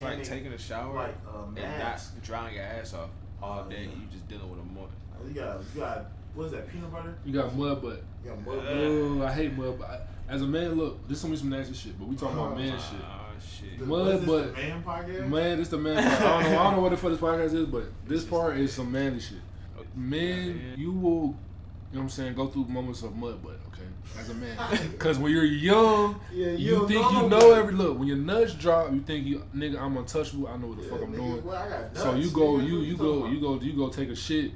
Like
they-
taking a shower
Like uh,
and not
mask.
drying your ass off all
Oh, yeah.
day. You just dealing with a mud.
You got you got what's that peanut butter?
You got mud butt.
You got mud.
Uh,
Oh, I hate mud butt. I- As a man, look, this gonna be some nasty shit, but we talking about
Oh,
man
Ah,
shit.
shit.
The-
mud
what's this,
butt.
the Man podcast.
Man, this the man. Part. I don't know. I don't know what the fuck this podcast is, but this part is some manly shit.
Oh,
Men, you will, you know what I'm saying, go through moments of mud butt, okay, as a man. Because when you're young,
Yeah,
you
don't
think you
what-
know every look. When your nuts drop, you think you nigga, I'm untouchable. I know what the
Yeah,
fuck I'm
nigga,
doing.
well, I got
So
nuts,
you go,
nigga,
you
what
you
talking
go,
about?
you go, you go take a shit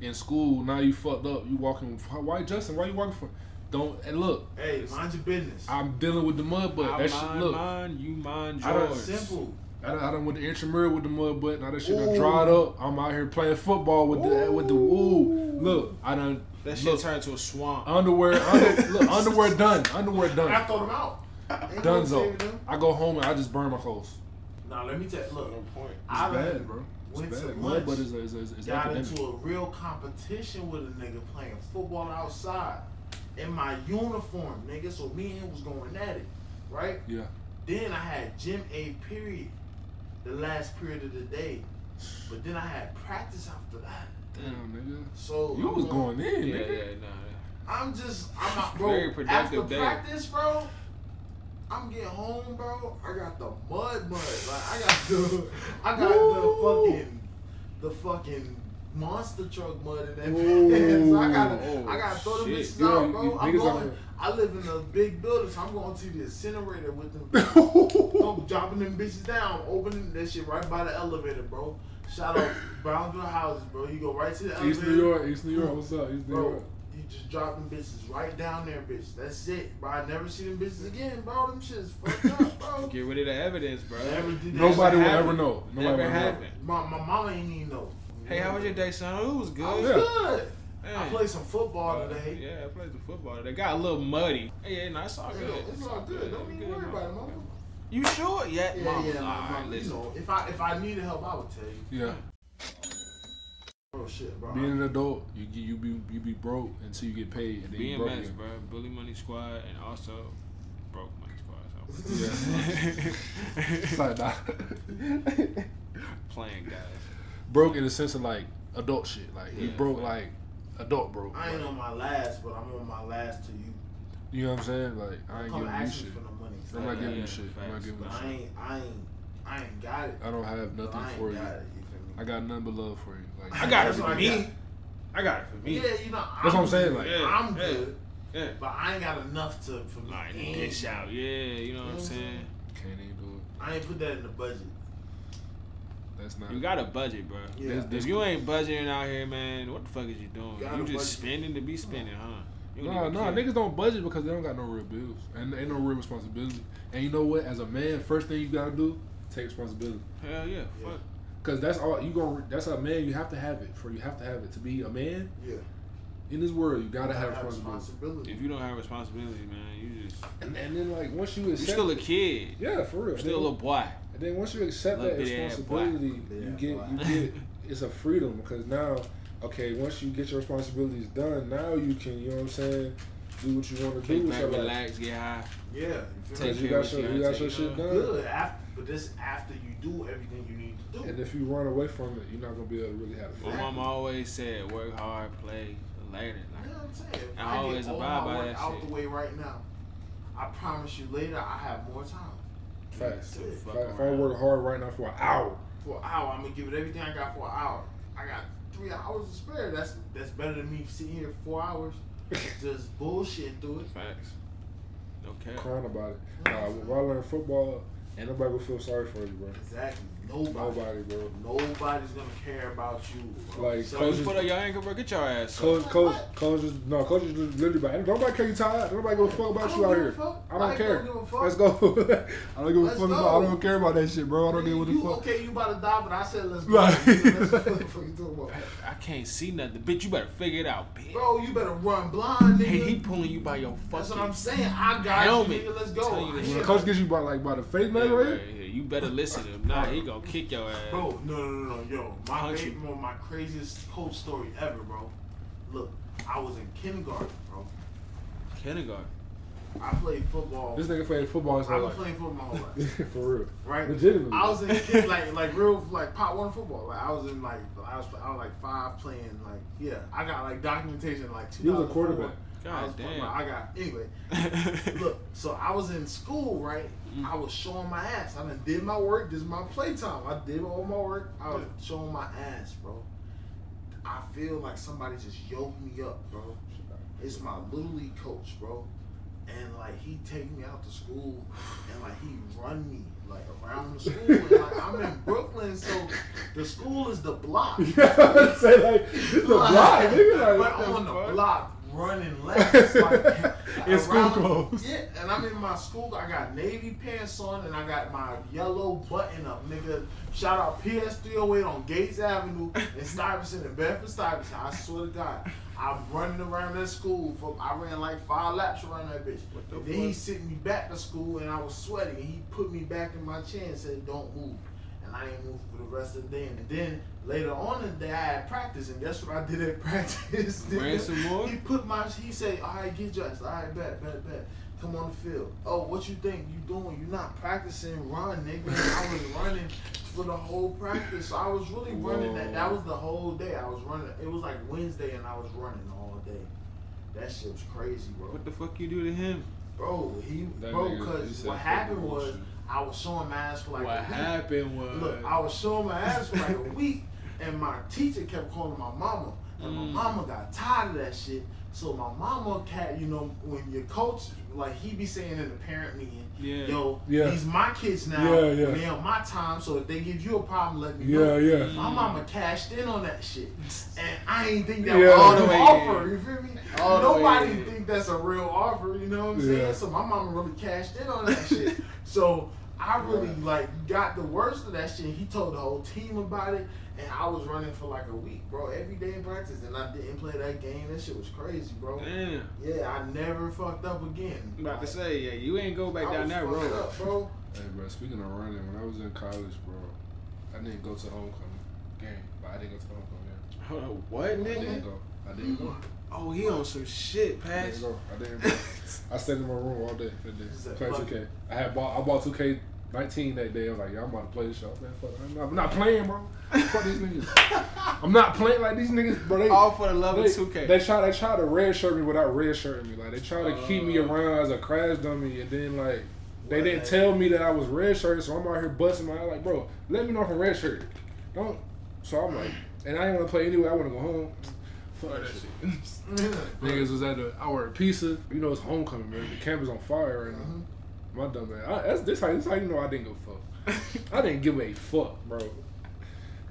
in school. Now you fucked up. You walking. Why Justin? Why you walking for? Don't and look.
Hey, mind your business.
I'm dealing with the mud butt.
I
That shit.
mind
Look,
mine, you mind
I done
yours.
Simple.
I done, I done went to intramural with the mud butt. Now that shit done
Ooh.
dried up. I'm out here playing football with the with the ooh.
Ooh.
Look, I done
That shit
look,
turned to a swamp.
underwear. Under, look, underwear done. Underwear
I
done.
throw them out. Ain't no saving
Dunzo.
them.
I go home and I just burn my clothes.
Now let me tell you, look,
No point.
It's
I done
bad, bro. It's
went to
bad.
lunch,
Mud butt is a, is a, is an
got
epidemic.
into a real competition with a nigga playing football outside in my uniform, nigga. So me and him was going at it, right?
Yeah.
Then I had gym A period, the last period of the day. But then I had practice after that.
Damn,
So
nigga. You
I'm
was going in,
Yeah, yeah,
nigga.
nah.
I'm just, I'm not, bro.
Very productive
after
day.
practice, bro. I'm getting home, bro. I got the mud, mud. Like I got the, I got
Woo.
the fucking, the fucking monster truck mud in that.
Ooh.
Bitch. so I got,
Oh,
to I got to throw them
shit.
bitches
You
out,
know,
bro.
you-
I'm
niggas out
going.
here-
I live in a big building, so I'm going to the incinerator with them.
oh,
I'm dropping them bitches down, opening that shit right by the elevator, bro. Shout out Brownsville houses, bro. You go right to the elevator.
East New York, East New York, what's up? East New
Bro,
York.
you just drop them bitches right down there, bitch. That's it, bro. I never see them bitches again, bro. Them shits fucked up, bro.
Get rid of the evidence, bro.
Never did that
Nobody will
shit.
ever
happened.
know. Nobody
Never
will ever know.
happened.
My, my mama ain't even know.
Hey, how was your day, son? It was good.
I was
Yeah.
good. I
Hey. Uh,
played some football today.
Yeah, I played the football. They got a little muddy. Hey, yeah, no, it's all
Yeah,
good.
it's all good. Don't
It's
even worry
man.
about it, mama.
You sure? Yeah,
Yeah,
mama.
yeah, my
All right,
mama, you
listen.
know, if I if I needed help, I would tell you.
Yeah.
Oh shit, bro.
Being an adult, you get you be you be broke until you get paid and then you broke
BMX,
again.
bro. Bully Money Squad, and also Broke Money Squad. So
It's like nah.
playing guys.
broke in the sense of like adult shit. Like you
Yeah.
broke like adult broke.
I ain't
Like,
on my last, but I'm on my last to you.
you know what I'm saying? Like I ain't giving
Come
you
ask me
shit.
for no money. things.
I'm
like
not giving
that.
you
yeah,
shit. I'm not
facts.
giving you
But I
shit.
ain't, I ain't, I ain't got it.
I don't have nothing
I ain't
for you.
got it. You feel me?
I got nothing but love for you. Like
I got it
That's
for
what I
me.
got.
I got it for me.
Yeah, you know.
That's what I'm saying, like-
Yeah,
I'm
yeah.
good,
Yeah.
but I ain't got enough to for me.
Like
And
dish out, yeah, you know what I'm saying.
can't even do it.
I ain't put that in the budget.
That's not.
You got a budget, bro.
Yeah.
That's
If you ain't budgeting out here, man, what the fuck is you doing?
Got
You,
a
just
budget.
spending to be spending, huh? You don't
No,
even
no,
care.
niggas don't budget because they don't got no real bills and ain't no real responsibility. And you know what? As a man, first thing you gotta do, take responsibility.
Hell yeah,
Yeah.
fuck.
Cause that's all you going That's a man. You have to have it for. You have to have it to be a man
Yeah,
in this world. You
I
gotta have
have
responsibility.
responsibility.
If you don't have responsibility, man, you just
And, and then like once you
you
accept,
still a kid.
yeah, for real.
You still a little boy.
And then once you accept
Little
that
bit of that
responsibility,
black.
you
Yeah,
get you
black.
get it's a freedom because now, okay, once you get your responsibilities done, now you can you know what I'm saying, do what you want to do
Kick
with
back,
your life.
relax, get high.
yeah, you feel
Take
Cause you
me?
care
got
what
your
you
you
gotta
got your
take
shit
care
done.
Good. After, but this after you do everything you need to do.
And if you run away from it, you're not gonna be able to really have
My
fun.
Exactly.
mom always said, work hard, play later.
You know
Like,
what I'm saying? If
I
I,
always
get all
abide
my
by
work
that
out
shit.
the way right now, I promise you later I have more time.
Facts.
to
If
If
fuck
I, if I
around.
work hard right now for an hour,
For an hour, I'm gonna give it everything I got for an hour. I got three hours to spare. That's that's better than me sitting here four hours just bullshitting through it.
Facts. Okay.
crying about it.
No,
Nah,
it's
when I learn football, ain't nobody gonna feel sorry for you, bro.
Exactly. Nobody.
Nobody, bro.
Nobody's gonna care about you. Bro.
Like,
So
coaches-
you put up your ankle, bro. Get your ass up.
Coach, coach, coach, is, no, coach is literally about. ain't Nobody care you tired. Nobody give a fuck
I
about
don't
you out
give a
here.
fuck.
I don't
Like,
care.
don't give a fuck.
Let's go. I don't give a
Let's
fuck about. I
go.
don't care about that shit, bro. I don't give
you,
a fuck.
okay? You about to die, but I said let's go.
Right.
Let's- what the fuck you talking about?
I can't see nothing. Bitch, you better figure it out, bitch.
Bro, you better run blind, nigga.
Hey, he pulling you by your
That's what I'm
fucking
saying. I got
helmet.
you, nigga. Let's go.
Tell you
When
Yeah.
the coach gets you by like by the face, man,
Yeah,
right?
right here. You better listen to him. Nah, he gonna kick your ass.
Bro, no, no, no, no, yo, my
Punch
favorite,
you.
one of my craziest coach story ever, bro. Look, I was in kindergarten, bro.
Kindergarten.
I played football.
This nigga played football his
I've
whole life.
been playing football my whole life,
For real,
right?
Legitimately.
I was in kid, like like real like pot one football. Like I was in like I was I was like five playing like yeah. I got like documentation like two.
He was a quarterback.
I was
God
playing,
damn.
I got anyway. Look, so I was in school, right?
Mm.
I was showing my ass. I done did my work. This is my playtime. I did all my work. I was showing my ass, bro. I feel like somebody just yoked me up, bro. It's my little league coach, bro. And like he take me out to school and like he run me like around the school. And like I'm in Brooklyn, so the school is the block.
Yeah, say like this is a block, nigga.
But
Like,
on the
fuck?
block, running laps. Like,
In school
around-
clothes.
Yeah, and I'm in my school. I got navy pants on, and I got my yellow button up, nigga. Shout out PS308 on Gates Avenue in Stuyvesant and Bedford Stuyvesant. I swear to God, I'm running around that school. For I ran like five laps around that bitch.
What the
And then he
fuck?
sent me back to school, and I was sweating. And he put me back in my chair and said, "Don't move." and I didn't move for the rest of the day. And then later on in the day, I had practice, and that's what I did at practice. nigga.
Ran some more?
He put my, he said, all right, get dressed. All right, bet, bet, bet. Come on the field. Oh, what you think you doing? You not practicing run, nigga. I was running for the whole practice. So I was really running that. That was the whole day. I was running. It was like Wednesday, and I was running all day. That shit was crazy, bro.
What the fuck you do to him?
Bro, he,
That
bro,
nigga- he
cause
said
what
fuck
happened
that
was
bullshit.
I was showing my ass for like
what
a week.
happened was
Look, I was showing my ass for like a week, and my teacher kept calling my mama, and
Mm.
my mama got tired of that shit. So my mama cat, you know, when your coach, like he be saying in the parent meeting,
Yeah.
yo,
Yeah.
these my kids now,
Yeah, yeah.
they on my time. So if they give you a problem, let me
yeah,
know.
yeah.
My mama cashed in on that shit, and I ain't think that
Yeah.
was
All
the
an
way
offer.
in.
You feel me?
All the way
Nobody
in.
think that's a real offer. You know what I'm
Yeah.
saying? So my mama really cashed in on that shit. So I really like got the worst of that shit. He told the whole team about it, and I was running for like a week, bro. Every day in practice, and I didn't play that game. That shit was crazy, bro.
Damn.
Yeah, I never fucked up again.
I'm about to say, yeah, you ain't go back
I
down
was
that
fucked
road.
up, bro.
Hey, bro. Speaking of running, when I was in college, bro, I didn't go to homecoming game, but I didn't go to homecoming. game.
Hold on, what,
I didn't
nigga?
go. I didn't go.
Oh, he on some shit,
I
Pat.
didn't go. I didn't go. I stayed in my room all day that day.
Is that
Play
fuck-
2K. I had bought I bought 2K 19 that day. I was like, yeah, I'm about to play this shit. I was like, fuck, I'm not, I'm not playing, bro. Fuck these niggas. I'm not playing like these niggas, bro. They,
All for the love
they,
of 2K.
they try they try to red shirt me without red shirting me. Like they try to keep me
Uh.
around as a crash dummy, and then like They
What?
didn't tell me that I was red shirted, so I'm out here busting my ass like, bro, let me know if I'm red shirted. Don't. So I'm like, and I ain't want to play anyway. I want to go home. Fuck that shit. Niggas was at the hour of pizza. You know it's homecoming, man. The camp is on fire right now.
Mhm.
My dumb ass. I, that's this how this how you know I didn't go fuck. I didn't give a fuck, bro.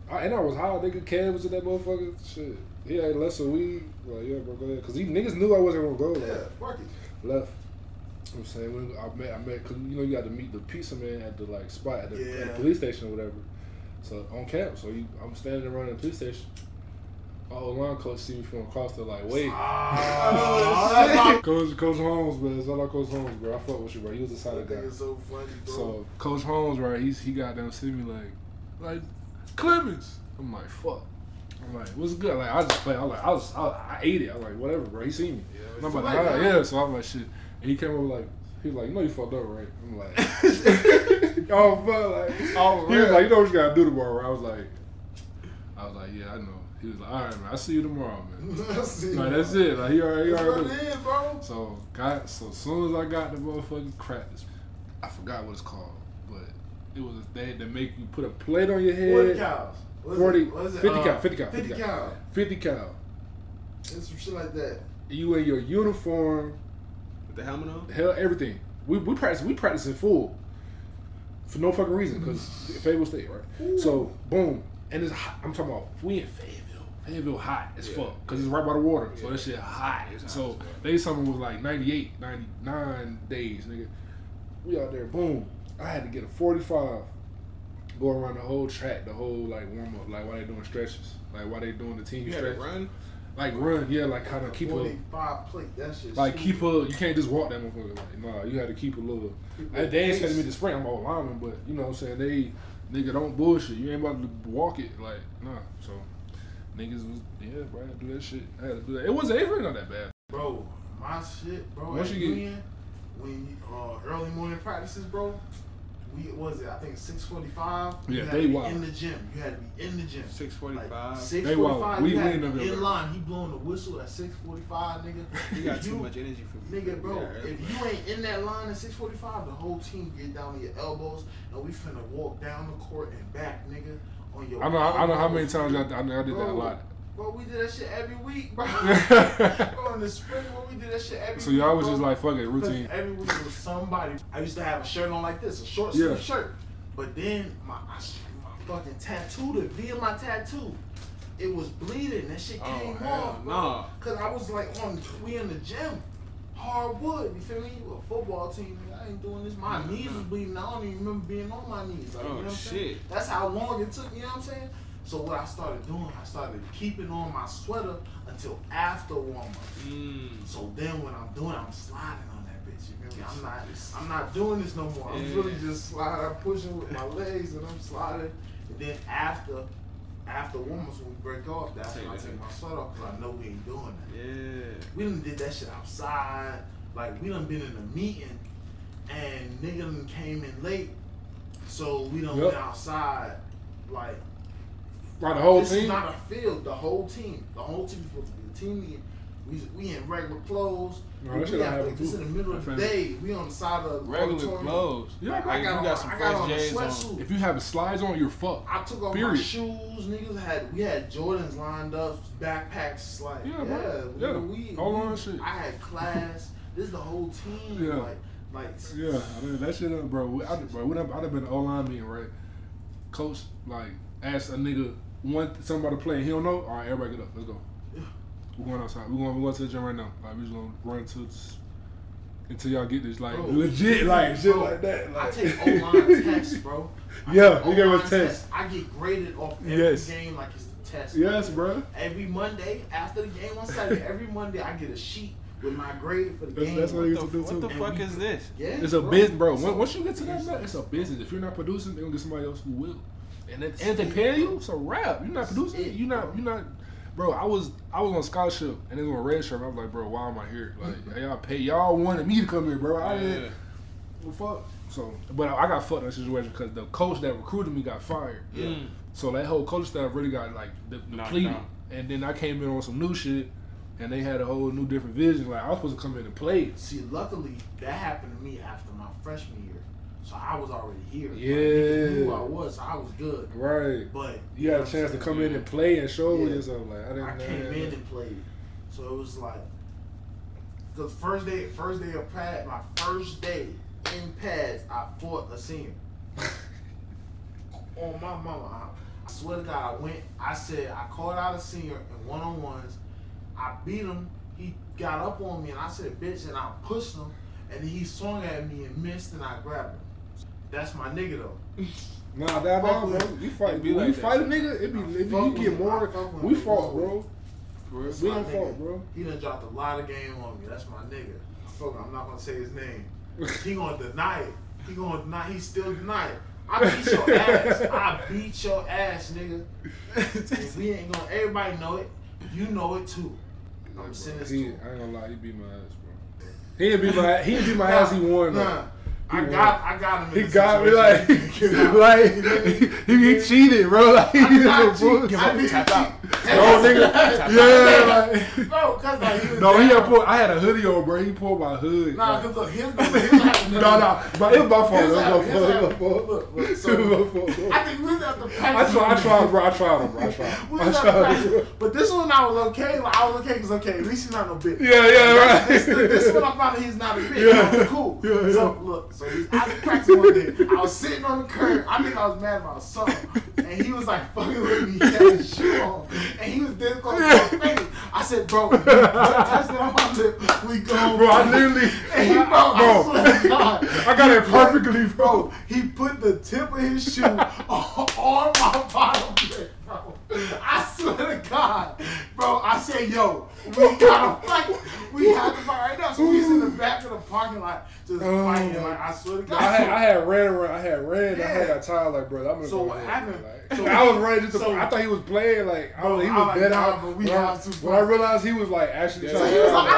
I, and I was high, nigga. Cam was in that motherfucker. Shit. He had less of weed. Like, yeah, bro, go ahead. Cause these niggas knew I wasn't gonna go. Like,
Yeah, fuck
left.
it.
You know what I'm saying when I met, I met because you know you got to meet the pizza man at the like spot at the, at
Yeah.
the police station or whatever. So on camp, so you, I'm standing around the police station. My old line coach see me from across the like wait.
Ah, that's my-
Coach Coach Holmes, man, it's all about Coach Holmes, bro. I fuck with you, bro. He was a
That
solid guy.
nigga's so funny, bro.
So Coach Holmes, right? He's he got down see me like, like Clemens. I'm like fuck. I'm like what's good? Like I just play. I'm like I was I, I ate it. I'm like whatever, bro. He seen me. And I'm like,
It's too late
"Nah,
now."
yeah. So I'm like, shit. And he came over like, he was like, you know you fucked up, right? I'm like, oh fuck, like,
Oh,
he was
man.
like, you know what you gotta do tomorrow. I was like, I was like, yeah, I know. He was like, all right, man, I'll see you tomorrow, man.
that's it.
like that's it. Like he already, he
That's
already.
what
knew.
it is, bro.
So got so soon as I got the motherfucking practice, I forgot what it's called, but it was a thing that make you put a plate on your
Forty
head.
cows. What is it?
40,
What is it?
50
Uh,
cow, 50 cow,
50
50
cow.
Fifty cal.
It's some shit like that.
You in your uniform,
With the helmet on?
hell, everything. We we practice we practice in full for no fucking reason because
Mm.
Fayetteville State, right? So boom, and it's hot. I'm talking about we in Fayetteville. Fayetteville hot as
Yeah.
fuck because it's right by the water, so
Yeah.
that shit hot.
It's hot
so
as fuck.
they summer was like 98, 99 days, nigga. We out there, boom. I had to get a 45, go around the whole track, the whole like warm up, like while they doing stretches, like while they doing the team
You had to
stretch,
run?
like run, yeah, like kind of keep a
Forty-five plate. That shit.
like
stupid.
keep a, you can't just walk that motherfucker. Like, nah, you had to keep a little.
Keep
I,
a
they ain't
pace.
expecting me to sprint. I'm all lineman, but you know what I'm saying. They nigga don't bullshit. You ain't about to walk it. Like nah. So niggas was yeah, bro. I had to do that shit. I had to do that. It wasn't even not that bad.
Bro, my shit, bro.
Once
at
you get-
Union, when you, uh, early morning practices, bro. We what was it? I think six forty-five.
Yeah,
you had
they
to be
wild.
in the gym. You had to be in the gym. Like
645.
six
They wild.
forty-five.
We-
you
we
had
in
to be
November.
in line. He blowing the whistle at six forty-five, nigga.
You got
If
too much energy for
Nigga, bro,
Yeah,
if you ain't in that line at 645, the whole team get down on your elbows, and we finna walk down the court and back, nigga, on your
I know. I, I know how many
elbows.
times I, I, know I did that a lot.
Bro, we did that shit every week, bro. bro, in the spring, bro, we did that shit every
So
week.
y'all was
bro.
just like fuck it,
Because
routine.
Every week it was somebody. I used to have a shirt on like this, a short sleeve
Yeah.
shirt. But then my I, s- my fucking tattoo, the V of my tattoo, it was bleeding. That shit
Oh,
came
hell
off, bro.
nah.
Cause I was like on we in the gym, hardwood. You feel me? You a football team? man, I ain't doing this. My knees was bleeding. I don't even remember being on my knees. Like,
Oh,
you know what I'm Saying?
shit.
That's how long it took. You know what I'm saying? So what I started doing, I started keeping on my sweater until after warm up.
Mm.
So then when I'm doing, it, I'm sliding on that bitch. You feel me? I'm not, I'm not doing this no more. I'm
Yeah.
really just sliding. I'm pushing with my legs and I'm sliding. And then after, after warm-ups when we break off, that's when I
Take it.
take my sweat off because I know we ain't doing that.
Yeah.
We done did that shit outside. Like we done been in a meeting, and nigga done came in late, so we done
Yup.
went outside. Like
Like the whole
this is
team.
not a field. The whole team. The whole team is supposed to be a team meeting. We, we in regular clothes.
No, that
we
shit
have
happened
to, this
too.
in the middle of the
My
day. We on the side of the
Regular
auditorium.
clothes.
Yeah,
Like,
I
you
got on-
got some
I
fresh
got on a
J's
sweatsuit.
on.
if you have slides on, you're fucked.
I took off my
Period.
shoes. Niggas had we had Jordans lined up, backpacks like
Yeah,
yeah,
bro.
yeah.
Yeah.
We,
All
we-
on shit.
I had class. this is the whole team.
Yeah.
Like like
Yeah, I mean that shit, up, bro. I, bro, when I, I'd have been O line meeting, right? Coach, like, ask a nigga one somebody play, and he don't know. All right, everybody get up, let's go. We're going outside. We're going. We're going to the gym right now. Like, we just gonna run to s- until y'all get this, like,
Bro.
legit, like, shit
Bro,
like that. Like.
Oh, I take O line tests, bro. I
Yeah,
take
you gave
O-line
us tests.
I get graded off every
Yes.
game like it's a test.
Yes, bro.
Every Monday after the game on Saturday, every Monday I get a sheet with my grade for the
That's-
game.
that's what
What
he-
the, what the fuck is this?
yeah,
It's a business, bro.
So-
Once- once you get to that, level, it's a business. If you're not producing, they're gonna get somebody else who will. And if, and if they pay you, it's a wrap. You're not producing. You're not. You're not. Bro, I was I was on scholarship and it was on red shirt. I was like, bro, why am I here? Like y'all pay y'all wanted me to come here, bro. I
Yeah.
didn't. Well, fuck. So, but I got fucked in that situation because the coach that recruited me got fired.
Yeah.
So that whole coach staff really got like de-
Knocked
depleted.
out.
And then I came in on some new shit. and they had a whole new different vision. Like I was supposed to come in and play.
See, luckily that happened to me after my freshman year, so I was already here. Like,
Yeah.
niggas knew I was, so I was good.
Right.
But
You had a
know what
chance
I'm
to
saying?
come in and play and show
Yeah.
yourself. Like I didn't.
I
know
came
that.
in and played. So it was like the first day, first day of pad, my first day in pads, I fought a senior. On my mama, I, I swear to God, I went. I said I called out a senior in one on ones. I beat him. He got up on me, and I said, "Bitch!" And I pushed him, and he swung at me and missed, and I grabbed him. That's my nigga though.
Nah, that
Fuck with
bro.
him.
You fight,
It be
when
like
you
that.
fight a nigga, it be it be
Fuck
you
with
get
him. I
more.
fuck with
We
him.
fought, bro.
For real?
We
my
don't
nigga.
fuck, bro.
He done dropped a lot of game on me. That's my nigga. Fuck, I'm not gonna say his name. He gonna deny it. He gonna deny. He still deny it. I beat your ass. I beat your ass, nigga. And we ain't gonna. Everybody know it. You know it too. I'm sending this
He-
to him.
I ain't gonna lie, he beat my ass, bro. He'd be my he'd be my ass. He won though.
Nah,
He
I
won.
got I got him. In
He
this
got me like,
situation.
like he, he cheated, bro. Like,
I did not
bull-
cheat.
no
I did
Tap
not
out.
cheat.
Oh, nigga, yeah, like,
Bro, cause like he was
no, he had
down.
pulled. I had a hoodie on, bro. He pulled my hood.
Nah,
like.
cause look, his his-
no, no, but it was my fault. It was
His
my fault. It
happened, his
was my
happened.
fault.
Look,
It
look,
was
so-
my fault.
I think we was at the
I
practice.
tried, I tried, bro. I tried him, bro. I tried.
We
I
was at the
tried.
practice. But this one I was okay. Like, I was okay because okay, at least he's not no bitch.
Yeah, yeah, right.
This, this, this one I found out he's not a bitch.
Yeah.
I'm cool.
Yeah, yeah.
So look, so we, I was practicing one day. I was sitting on the curb. I think I was mad about something, and he was like fucking with me. He had his shoe on, and he was this close to my face. I said, bro, you touch that on my lip. We gone,
Bro, I literally,
And he, bro,
Bro.
I swear to God,
I got it perfectly, bro.
Bro, he put the tip of his shoe on, on my bottom lip, bro. I swear to God, bro. I said, yo, we gotta fight. We have to fight right now. So he's in the back of the parking lot just
Oh,
fighting.
my-
Like, I swear to
I had, I
God.
had ran around. I had ran. I had
Yeah.
got tired. Like, bro, I'm gonna
So
go
what
ahead,
happened-
Like,
so-
I was running just. To,
so-
I thought he was playing. Like, I
Bro,
was, he
I
was
like,
dead
nah,
out.
bro, we
when, I,
have to
when I
fight.
realized he was like actually
Yeah.
trying
so he was
to
like,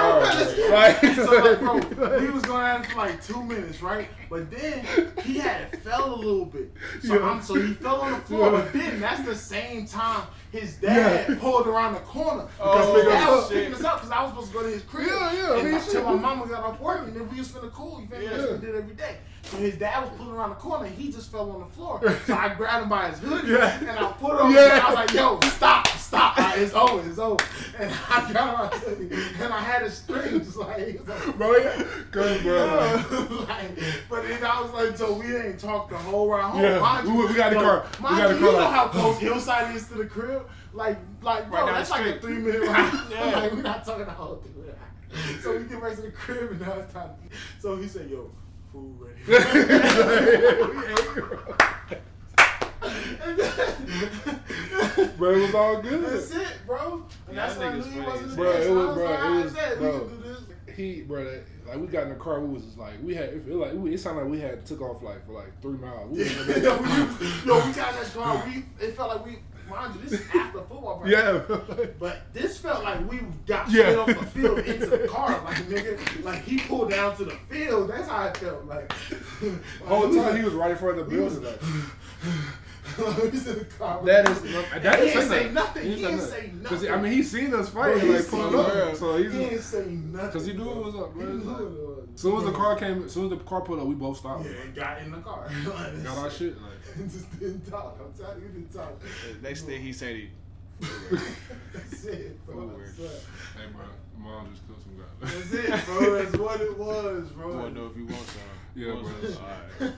I
help
don't
me out,
let
bro.
this. So like, bro, we was going at it for like two minutes, right? But then he had fell a little bit. So
Yeah.
I'm so he fell on the floor.
Yeah.
But then that's the same time his dad
Yeah.
pulled around the corner. Because
Oh,
my dad was
shit.
picking us up because I was supposed to go to his crib.
Yeah, yeah, I
And
mean, shit.
until my mama got off work and then we was finna cool. You feel me? That's
Yeah.
what we did every day. So his dad was pulling around the corner and he just fell on the floor. So I grabbed him by his hoodie
Yeah.
and I put him
Yeah.
and I was like, yo, stop, stop. Like, it's over, it's over. And I got my hoodie and I had his strings. Like, he was like,
bro, yeah, cause bro, like,
like, but then I was like, so we ain't talked the whole ride home.
Yeah,
Mind you-
we- we got the
yo,
car. We
Mind
got the
you,
car,
you know
like-
how close Hillside is to the crib? Like, like, bro,
Right down
that's
the
like a
street.
three minute ride.
Yeah.
like, we're not talking the whole thing. So we get back to the crib and now it's time. to- So he said, yo, food ready. and then,
bro, it was all good.
that's it, bro. And
Yeah,
that's what
that
I knew
nigga's
he wasn't.
crazy.
Bro, it
so I
was- bro,
like,
it
all right,
was-
bet, we
bro.
can do this.
he, bro, that, like we got in the car, we was just like, we had, it, feel like, we, it sounded like we had took off like for like three miles. We
yo,
was
we,
in
yo, we
that-
got in that car. We it felt like we mind you, this is after football practice.
yeah,
But this felt like we got
Yeah.
straight off the field into the car, like nigga, like he pulled down to the field. That's how it felt like.
whole time he was right in front of the building. Like,
Like, he's in the car.
that is,
And
that
he
is
didn't say nothing. He
said
didn't say
Cause
nothing.
he- I mean, he seen us
Bro,
fighting,
he
like
seen
pulling
it.
up. So
he
he's
didn't say nothing.
Cause he knew what was up,
He
bro.
knew
It's like-
it was.
As soon as the car came, as soon as the car pulled up, we both stopped.
Yeah, and got in the car.
Got our shit. Like,
Just didn't talk. I'm telling you, didn't talk.
Next thing he said, he.
That's it, bro.
Forward.
I swear.
hey, bro, mom just killed some guy.
That's it, bro. That's what it was,
I want to
bro.
know if you want some.
Yeah,
Want
bro.
some? All right.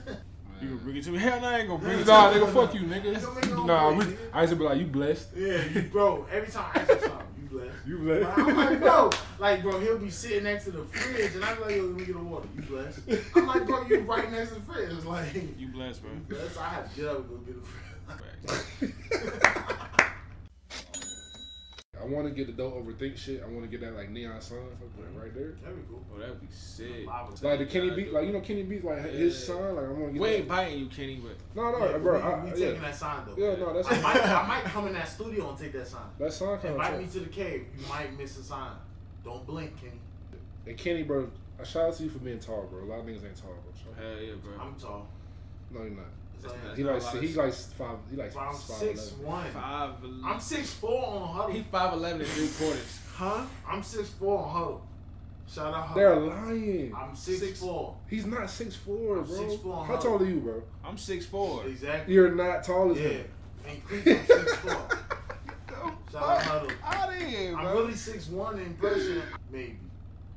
You can bring it to me. Hell no, I ain't gonna bring it to
Nah,
you.
nigga, fuck you,
Don't make no
nigga. Nah, we,
noise, nigga.
I used to be like, you blessed.
yeah, you, bro. Every time I ask him something, you blessed.
You
But
blessed.
I'm like, bro, like, bro, he'll be sitting next to the fridge, and I'm like, yo, let me get a water. You blessed. I'm like, bro, you right next to the fridge. It's like, you
You blessed, bro.
blessed. I had to get up and go get a fridge.
I want to get the dope overthink shit. I want to get that like neon sign fuck with
Mm-hmm.
it right there.
That'd be cool.
Oh, that'd be sick.
Lava tank.
Like the Kenny Beat, like you know Kenny Beat, like his
Yeah.
sign. Like I want to get.
We ain't
that.
biting you, Kenny, but
no, no,
Yeah,
bro.
we,
I,
we
yeah.
taking that sign though.
yeah, no, that's
I might, I might come in that studio and take that sign.
that sign kind
Invite me
of.
to the cave. You might miss a sign. Don't blink, Kenny.
And Kenny, bro, I shout out to you for being tall, bro. A lot of niggas ain't tall, bro. Shout out.
hell yeah, bro.
I'm tall.
No, you're not.
It's like-
That's
He
not
like
a lot
si-
of-
he like five. He like
Bro, I'm
five
six
eleven.
one.
Five.
I'm six four on
He
huddle.
five eleven and three quarters. Huh?
I'm six four on huddle. Shout out huddle.
They're lying.
I'm six,
Six-
four.
He's not six four,
I'm
bro.
6'4" on
How
Hub.
tall are you, bro?
I'm six four.
Exactly.
You're not tall as
yeah.
him.
And Creek, I'm six four. Shout out Huddle.
Out of here,
I'm
bro.
really six one in person, maybe.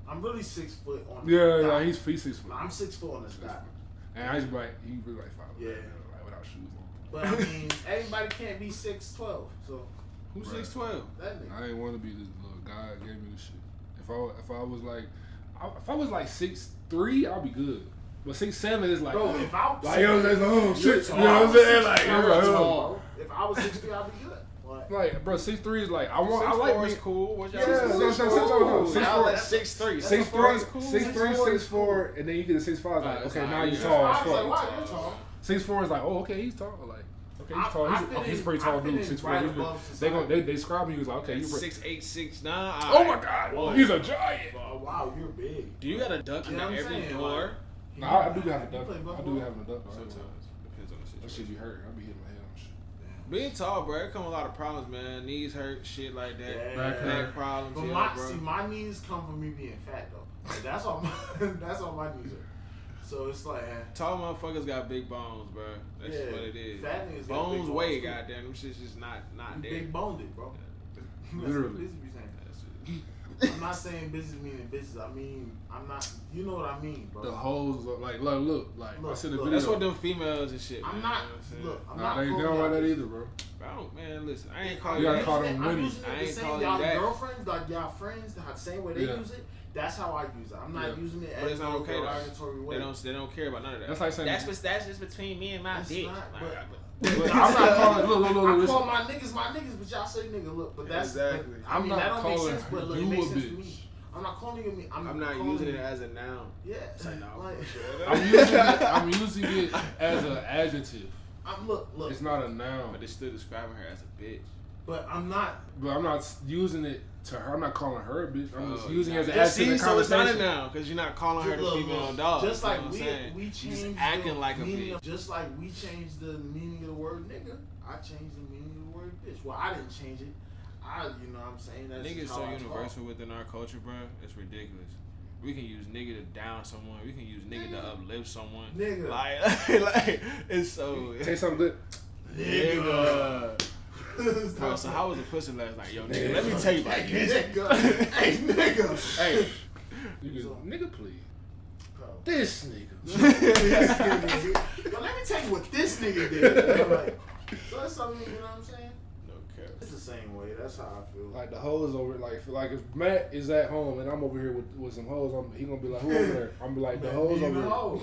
I'm really six foot on. the
Yeah, yeah,
dot.
he's he's six foot.
I'm six foot on the dot.
And I just be like he really like five.
Yeah.
like without shoes on.
But I mean, everybody can't be six twelve. So
Who's
Bruh.
six twelve?
that nigga.
I didn't want to be this little guy that gave me this shit. If I if I was like I, if I was like six three, I'll be good. But six seven is like oh.
Bro, if I was
like yo, that's oh
You're
shit. You
tall.
know what I'm saying? Like,
You're
yo, yo.
tall. If I was six three, I'd be good. But
like bro, six three is like I want. I like
is
me.
cool. What y'all
Yeah,
yeah,
that's
six,
what I'm saying.
four.
Six,
Y'all
four.
at six three.
Six,
Six
four
three,
is cool.
six three,
four
six
is
four, and then you get a six five.
Uh,
Like,
it's
okay,
not
now you
easy.
tall as
I was like,
fuck.
wow, you're tall.
Six four is like, oh, okay, he's tall. Like, okay, he's
I-
tall.
I
He's,
fit
oh, he's
in-
pretty
I
tall
fit
dude.
in
Six four.
right
He's
above
big. they gon'
society.
they they describe him. He was like, okay,
At
you. pretty-
six eight six nine.
Oh my
alright.
god,
Whoa.
he's a giant.
Oh wow, you're big.
Do you got a duck
Yeah,
under
I'm
every
saying,
door?
like-
No, I, I do have a
You
duck.
play
I
buffalo?
do have a duck. bro.
Sometimes depends on the
That shit
situation.
be hurting. I be hitting my head on shit.
Being tall, bro, it come a lot of problems, man. Knees hurt, shit like that.
Yeah.
Back
hurt.
problems,
But
yeah,
my
bro.
see, my knees come from me being fat though. Like, that's all. My, that's all my knees are. So it's like, eh,
Tall motherfuckers got big bones, bro. That's just
Yeah,
what it is.
fat niggas got
bones
big
way,
bones, too.
goddamn. Them shit's just not
you
not there.
big boned it, bro. That's what
Literally.
Busy be saying.
That's
I'm not saying business meaning business. I mean, I'm not. You know what I mean, bro.
The holes look like look look like I
Look,
seen the
look.
video.
That's what them females and shit.
I'm
man,
not.
you know what saying?
Look, I'm
Nah,
not.
they they
calling
don't like
y'all
that
bitches.
either, bro.
Bro, I don't, man, listen. I ain't calling
You gotta
that.
call them
I'm
women.
using
I
it the
ain't
same
calling
y'all
you that.
girlfriends, like y'all friends, the same way they
Yeah.
use it. That's how I use it. I'm not
Yeah.
using it
But
as
it's
a
not okay, though.
derogatory way.
They don't. They don't care about none of that.
That's like saying-
that's what's- that's just between me and my
It's
dick.
not,
Like,
but-
I-
But I'm
But
not calling. Look, look, look,
I
look. Listen.
call my niggas my niggas, but y'all say nigga. Look, but that's
Exactly.
I
I'm
mean,
not
that don't make
calling
sense, but look, it
you
makes
a
sense to
bitch.
me. I'm not calling you. a me- I'm,
I'm not
calling
using
you-
it as a noun.
Yeah,
like, nah,
like,
I'm using it. I'm using it as an adjective.
I'm look, look,
It's not a noun.
But they still describing her as a bitch.
but I'm not.
But I'm not using it to her. I'm not calling her a bitch. I'm just
Oh,
using it as an
yeah,
adjective
see,
in
so it's not a
conversation.
noun because you're not calling her the
look,
female
look,
dog.
Just
you know
like
what I'm
we,
saying?
we
You
changed
just
the
acting like a
meaning
bitch.
of- just like we changed the meaning of the word nigga. I changed the meaning of the word bitch. Well, I didn't change it. I, you know, what I'm saying that's
Nigga is
just
so
how I talk.
universal within our culture, bro. It's ridiculous. We can use nigga to down someone. We can use nigga to uplift someone.
Nigga.
Like, like it's so.
Taste something good.
Nigga. Bro,
Nigga.
so how was the pussy last night? Yo, nigga, let me tell you about
Hey,
this.
nigga. Hey, nigga.
Hey.
You just,
So-
nigga, please.
Bro.
This nigga.
This nigga. Yo, let me tell you what this nigga did. Like, so that's something, you know what I'm saying?
No cap.
It's the same way. That's how I feel.
Like the hoes over. Like, feel like if Matt is at home and I'm over here with, with some hoes, I'm, he gonna be like, who over there? I'm gonna be like, the
Man,
hoes
you
over
the
there.
hoes.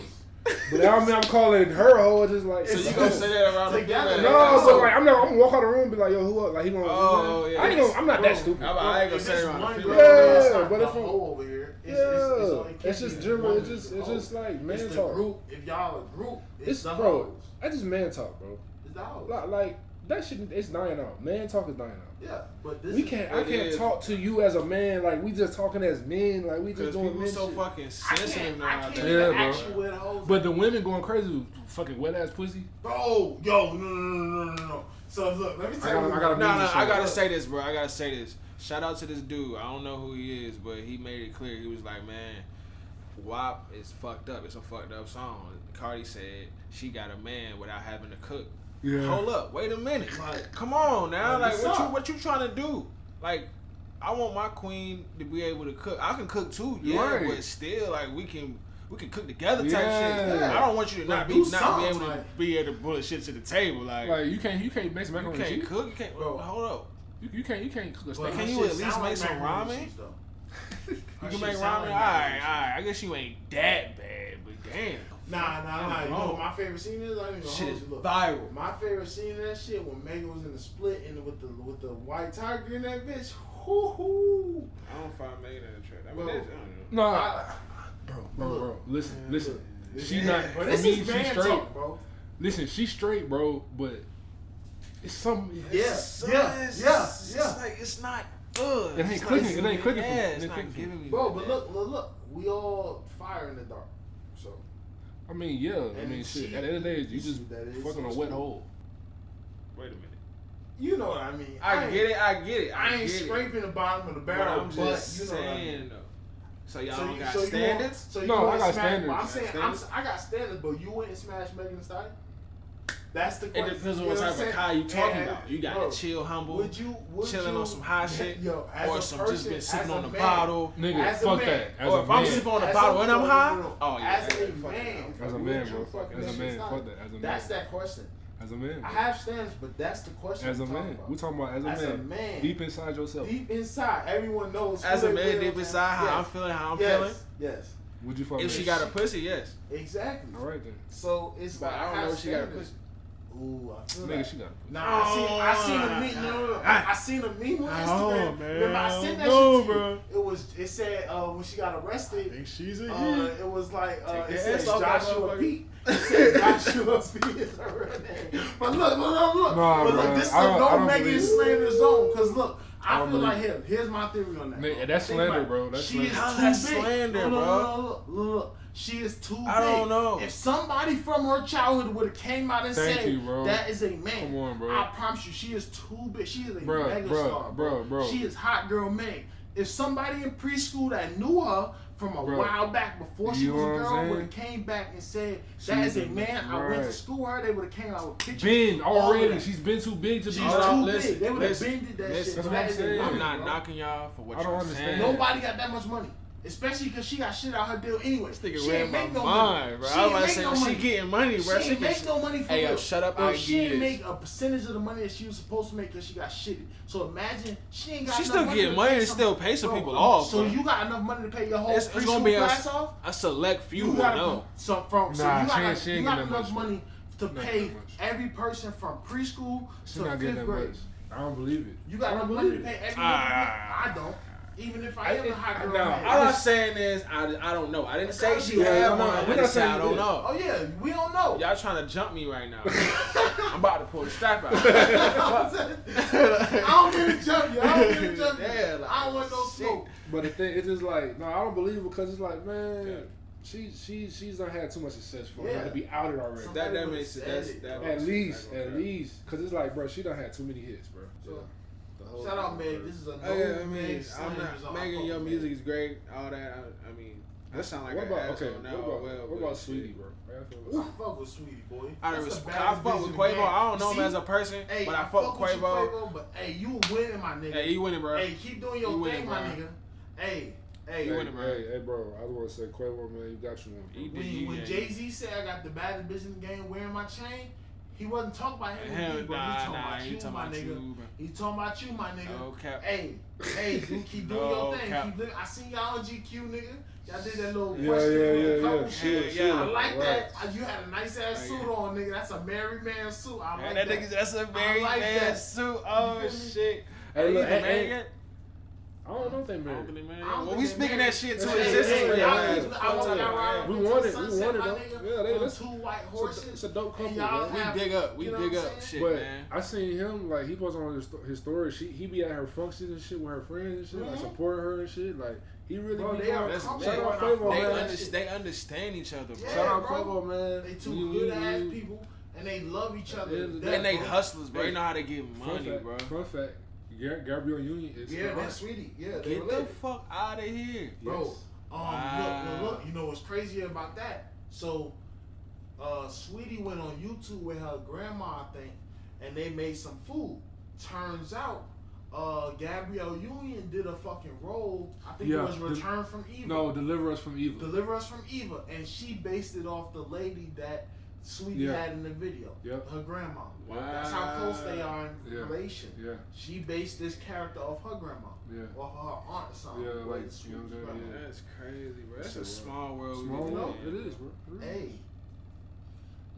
But I mean, I'm calling her hoe. It's just like,
So
it's
you gonna say that around the
Together.
female?
No, so like, I'm not. I'm gonna walk out the room and be like, yo, who up? Like, he gonna.
Oh, yeah.
I ain't gonna, I'm not that
Bro,
stupid.
How about I ain't gonna
If
say
it's
it around
one
the
girl,
female?
Yeah,
not
but
the
if I'm-
hoe over here,
yeah,
it's, it's, it's, all- it can't
it's
be
just
the
general.
one
It's just, it's
hoe.
just like man
It's the
talk.
group. If y'all a group, it's,
It's-
the
bro.
hoes.
I just man talk, bro.
It's the hoes.
Like, like that shit, it's dying out. Man talk is dying out.
Yeah, but this
We
is-
can't. I
It
can't
is.
talk to you as a man. Like we just talking as men. Like we
Because
just doing
people
men
so
shit.
fucking
I
sensitive
can't, I
now.
can't
Yeah,
even
bro.
ask you where the hoes.
But the women going crazy with fucking wet ass pussy.
bro, yo, no, no, no, no, no, no. So look, let me tell
gotta-
you.
I gotta
No,
Music
no,
shit.
I gotta say this, bro. I gotta say this. Shout out to this dude. I don't know who he is, but he made it clear. He was like, man, WAP is fucked up. It's a fucked up song. Cardi said she got a man without having to cook. Hold up, wait a minute. Like, come on now.
Like,
Like, what
what's
you
up?
what you trying to do? Like, I want my queen to be able to cook. I can cook too, yeah,
Right.
but still, like, we can. We can cook together type shit.
Yeah.
I don't want you to
Like,
not be
do
not be
something,
able to
like-
be able to put shit to the table. Like,
Like you can't. You can't make some
you
macaroni and
can't
cheese.
cook. You can't.
Bro.
Hold up.
You, you can't. You can't cook a
But
steak.
Can
her
you
shit
at least
sound
make
like
some
macaroni
ramen?
and cheese, though.
You
Her
can
shit
make ramen.
sound
All right, all
like macaroni and cheese.
right. I guess you ain't that bad, but damn.
Nah, nah, nah. You know
Wrong.
what my favorite scene is? I don't even know.
Shit is
look.
viral.
My favorite scene of that shit when Megan was in the split and with the with the white tiger and that bitch. Hoo hoo.
I don't find Megan in the trip. I
mean, Bro. that's- I
No,
I-
bro, bro, bro. Listen,
Man,
listen.
look.
She not.
But
For
this
me,
is
she
man
straight.
talk, bro.
Listen, she straight, bro. But it's some.
Yeah. Yeah, yeah, yeah.
like it's not good.
It ain't
It's not
clicking, it ain't clicking for me.
Yeah,
It
it's
ain't
not
clicking for me.
giving me.
Bro,
that.
but look, look, look. We all fire in the dark. So
I mean, yeah. I
And
mean, shit.
she-
At the end of the day, you
she-
just
that is
fucking a
some
wet
shit.
hole.
Wait a minute.
You know what I mean.
I,
ain't-
get it. I get it.
I ain't
get it.
scraping the bottom of the
But
barrel,
I'm
but,
just
you know what I mean.
saying though. So y'all
so
don't
you, so
got
you want-
standards.
so you
No, I
want
got
smack,
standards.
but
I
I'm
got
saying I'm, I got standards, but you wouldn't smash Megan Thee Stallion. That's the
It
question.
depends on
You
what
know
type
I'm
of car you
saying?
talking
And-
about. You got
bro,
to chill, humble,
Would you would
chilling
you,
on some high shit,
yo, as
or
a
some just
person,
been sipping
as a
on the
man,
bottle.
Nigga,
As a
fuck
man.
that. As
Or
a
if I'm
man.
sipping on the
As
bottle
a-
and I'm
no, no,
high,
no, no.
oh yeah,
As a
yeah, fuck
man,
it.
if
As a
you
man,
would you
bro.
fuck
As a
Megan Thee
man, fuck
Stallion?
that. As a
That's
man.
that question.
As a man.
I
bro.
have standards, but that's the question.
As a
I'm talking
man.
about.
We're talking about as a
As a
man.
man.
Deep inside yourself.
Deep inside, everyone knows.
As
who
a
they
man,
really
deep
are.
inside how I'm
yes.
feeling, how I'm
yes.
feeling.
Yes,
Would you fuck
If
with
she
it?
got a pussy, yes.
exactly.
All right then.
So it's
But
like
I don't know
have
if she got a
standards.
pussy.
Ooh, I feel
Nigga,
that.
she got a pussy.
Nah, I seen, I seen a meme. No, no, no. I seen a meme on
Ah. Oh,
Instagram.
man.
Remember, I sent that
No,
shit to
bro.
you. It was. It said uh, when she got arrested.
she's
Uh, it was like uh,
Take
it
the
said
ass off that
Joshua
motherfucker.
P. It said Joshua P. is her real name. But look, look, look, look.
Nah,
but look,
bruh.
this is
I don't- I
no
don't
Megan
believe it.
slander zone. Cause look,
I
I,
don't
feel like
believe
here, here's my theory on that.
Nigga, that's
Think about
slander,
it.
bro. That's slander.
she is
How's
too
that
big.
slander,
no, no,
bro?
No, no, look, look, look. She is too
I don't
big.
know.
If somebody from her childhood would have came out and
Thank
said
you, bro.
that is a man,
Come on, bro.
I promise you, she is too big. She is a
Bruh,
mega
bruh,
star, bro.
bruh, bruh.
She is hot girl Meg. If somebody in preschool that knew her from a
Bruh.
while back before she
You
was
know
a
what I'm
girl,
saying?
would have came back and said that
She's
is a
a-
man, I went to
right.
school with her. They would have came out with pictures.
Been
all of
already.
that.
She's been too big to be.
She's
Hold on,
too
listen,
big. They would have
listen,
bended that
listen.
shit.
That's what
That
I'm
is a
saying.
woman,
I'm not
bro.
knocking y'all for what
I don't
you're
understand.
saying.
Nobody got that much money. Especially because she got shit out her deal anyway.
This nigga
she
read
ain't
my
make no money.
mind, bro.
She
I was
ain't
about to
make
say,
no
when she
money.
getting money,
She
bro. She
ain't
can
make no money for
Hey, yo,
real.
shut up,
Bro,
I'll
she
give
ain't
you
make a percentage of the money that she was supposed to make because she got shitted. So imagine she ain't got.
She
enough
still
money
getting
to
money
pay
and
some-
still pay some people
I'm-
off,
So
bro.
you got enough money to pay your whole
It's- it's gonna
preschool
be a-
class off.
a select few
You
will
gotta
know.
so from so
Nah,
you
she
got,
ain't- she
you
ain't
got
getting that
enough
much.
money to
Not
pay
that much.
every person from preschool
She's
to
not getting
fifth
that
grade.
much. I don't believe it.
You got
I
enough
don't
money to
believe
pay
it.
every.
Ah.
I don't. Even if I am
I-
a hot
I-
girl.
no,
man.
All I'm saying is, I, I don't know. I didn't say she
Yeah, no,
had one.
we're
I
not
just said
saying
I
you
don't
did.
know.
Oh yeah, we don't know.
Y'all trying to jump me right now. I'm about to pull the strap out.
I don't mean to jump you. I don't mean to jump you.
Yeah, like,
I don't want no
shit.
smoke.
But the thing, it's just like no, I don't believe it because it's like
Yeah.
man, she she she's done had too much success for
Yeah.
her to be outed already.
Some-
that that makes it. That's, that
at
makes
least,
it.
at least, because it's like bro, she done had too many hits, bro.
So,
The whole-
Shout out, Meg. This is a no
Oh, yeah, I mean,
Meg
I'm
Sanders
not
on
Megan.
fuck
Your
with
music is great. All that. I, I mean, that sound like
what
an
about
asshole
okay?
now.
what about,
well,
what
but
about
shit.
Sweetie, bro? That's what-
Meg. I fuck with Sweetie Boy.
Out of
That's the
respect, I
baddest
fuck
bitch
with
in
Quavo.
the game.
I don't know
See?
him as a person,
Hey,
but I, fuck with
with you,
Quavo.
Quavo, But hey, you winning, my nigga.
Hey, you winning, bro.
Hey, keep doing
You
your
winning,
thing, my
bro.
nigga. Hey, hey.
You
Hey,
winning, bro.
hey, hey, bro, I want to say Quavo, man, you got you one. Bro.
You
when,
Yeah,
when
yeah.
Jay Z said I got the baddest bitch in the game wearing my chain, he wasn't talking about him.
Hell
he, bro.
nah,
he talking
nah,
about
he
you,
talking
my
about
nigga.
you, Oh, bro.
He talking about you, my nigga.
No cap.
Hey, hey, you keep doing
No
your thing.
cap.
Keep living. I seen y'all on GQ, nigga. Y'all did that little
Yeah,
question,
yeah,
little
yeah,
couple
yeah.
shit.
Hell yeah.
I like
Right.
that. Uh, You had a nice ass
Oh, yeah.
suit on, nigga. That's a married man suit. I like
Man, that
that.
nigga's that's a very
like
man
that.
suit. Oh
You feel me?
shit.
Hey,
Are you
look,
even
hey,
married
hey.
yet?
I don't know if they
I don't
married.
think they married
I don't
yet. Well,
think
we
they
speaking
married.
that shit to
Hey,
existence
hey,
for
hey,
y'all.
y'all
niggas.
niggas-
I want y'all
Fuck
riding
We
y'all.
want
to
it, we
sunset,
want it,
my
though.
nigga,
Yeah, they-
on
that's-
two white
It's a,
horses.
it's a dope couple,
and y'all
bro.
We
have-
big up. We
you know
big
what I'm
up.
saying?
Shit,
but
man.
I seen him like he posts on his, sto- his story. She he be at her functions and shit with her friends and shit, like
Mhm.
supporting her and shit. Like he really
Bro,
be
they
going-
are
That's
shout
man.
comfortable.
out
They
Quavo,
They,
man.
under, they understand each other, bro.
Yeah,
shout out
bro.
Quavo, man. Mm-hmm.
They
We-
two
we-
good ass
we-
people, and they love each other.
Yeah,
to
and
death,
And they
bro.
hustlers, bro. They
Hey,
know how to get
Fun
money,
fact,
bro.
Fun fact: Gar- Gabrielle Union is
Yeah,
her
that's
aunt.
sweetie. Yeah, they
Get the
related.
fuck out of here.
bro.
Yes.
Um,
Wow.
look, look, look, you know what's crazy about that? So, uh, Sweetie went on YouTube with her grandma, I think, and they made some food. Turns out, uh, Gabrielle Union did a fucking role. I think
Yeah,
it was
the-
Return from Evil.
No, deliver us from evil.
Deliver Us from Eva, and she based it off the lady that Sweetie
Yeah.
had in the video.
Yep.
Her grandma. That's how close they are in
Yeah.
relation.
yeah,
She based this character off her grandma
yeah.
or her aunt or something.
Yeah,
or
like,
the
you know what I'm
Sweetie's
saying?
grandma.
That's crazy, bro.
That's
That's
a
a small world. we
Small
live
world,
in.
it is, bro. It is.
Hey,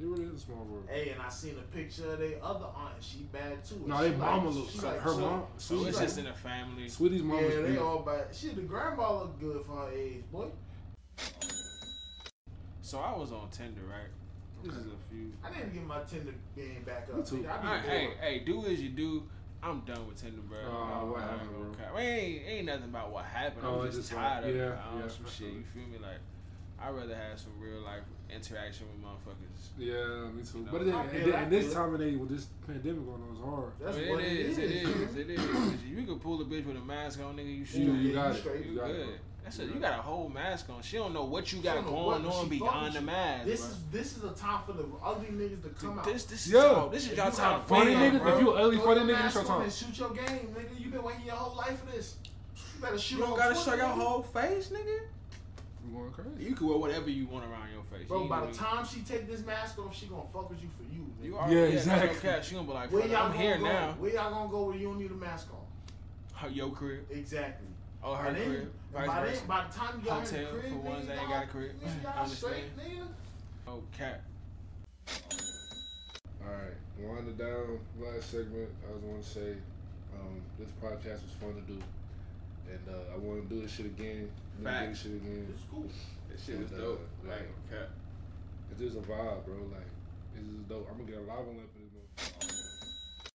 It really is a small world.
hey, and I seen a picture of their other aunt. and She bad too.
No,
And
they
she
mama
like-
looks
she
like
like
her
so-
mom.
So
Sweetie's
it's
like-
just in the family.
Sweetie's mom
Yeah,
is
they
beautiful.
all bad. Shit, the grandma look good for her age, boy.
So I was on Tinder, right? This is a few.
I need to get my Tinder game back up.
Me too.
nigga. I be
Alright, hey,
bored.
hey, do as you do. I'm done with Tinder, bro.
Aw, what
I ain't
happened,
gonna
bro?
cap. Ain't ain't nothing about what happened.
Oh,
I'm
it's
just
just like-
tired of it.
yeah,
I don't
yeah,
know some
I
shit.
feel
You
it.
feel me? Like I'd rather have some real life interaction with motherfuckers.
Yeah, me too.
You know,
but then,
I
and
feel
then-
like
and this
it.
time and age with this pandemic going on, it's hard.
That's
But
what
it is, it is, it is. If You can pull a bitch with a mask on, nigga. You shoot.
You, you
Yeah,
got
you
it.
straight.
You
You
got
good.
it. bro.
That's
You
a,
got
you
it.
got a whole mask on. She don't know what you
She
got
don't know
going
what, but
on
she fuck with
beyond the
you.
mask.
This
bruh.
is this is a time for the ugly niggas to come out.
this this is
Yo,
y'all, this is
If
y'all
you
time.
got
to
funny
win,
niggas,
bro.
if you ugly
Throw
funny
your
niggas, it's
mask
your
on
time.
and shoot your game, nigga. You been waiting your whole life for this. You better shoot.
You don't
on
gotta
foot,
show your
nigga.
whole face, nigga.
You going crazy?
You can wear whatever you want around your face.
Bro,
you
by
know
the
what-
time she take this mask off, she gonna fuck with you for you. Nigga.
you
Yeah,
are, yeah, exactly.
exactly.
Cash, you gonna be like,
Where
"Fuck it,
y'all
I'm
gonna
here
go?
now.
Where y'all gonna go where you don't need a mask on?
Her- Your crib
Exactly.
or Oh, her
By then-
crib,
by,
vice
then-
versa.
by the time you got in the
Hotel,
crib,
for ones
nigga,
that ain't
y'all-
got a crib.
nigga, y'all straight,
Understand?
nigga.
Oh, cat.
All right, wind it down. Last segment. I was want to say, um, this podcast was fun to do, and uh, I want to do this shit again. We gonna Do this
Facts.
shit again.
It's cool.
That
shit was dope. Like,
cat.
It's just a vibe, bro. Like, it's just dope. I'm gonna get a live one up in this. motherfucker.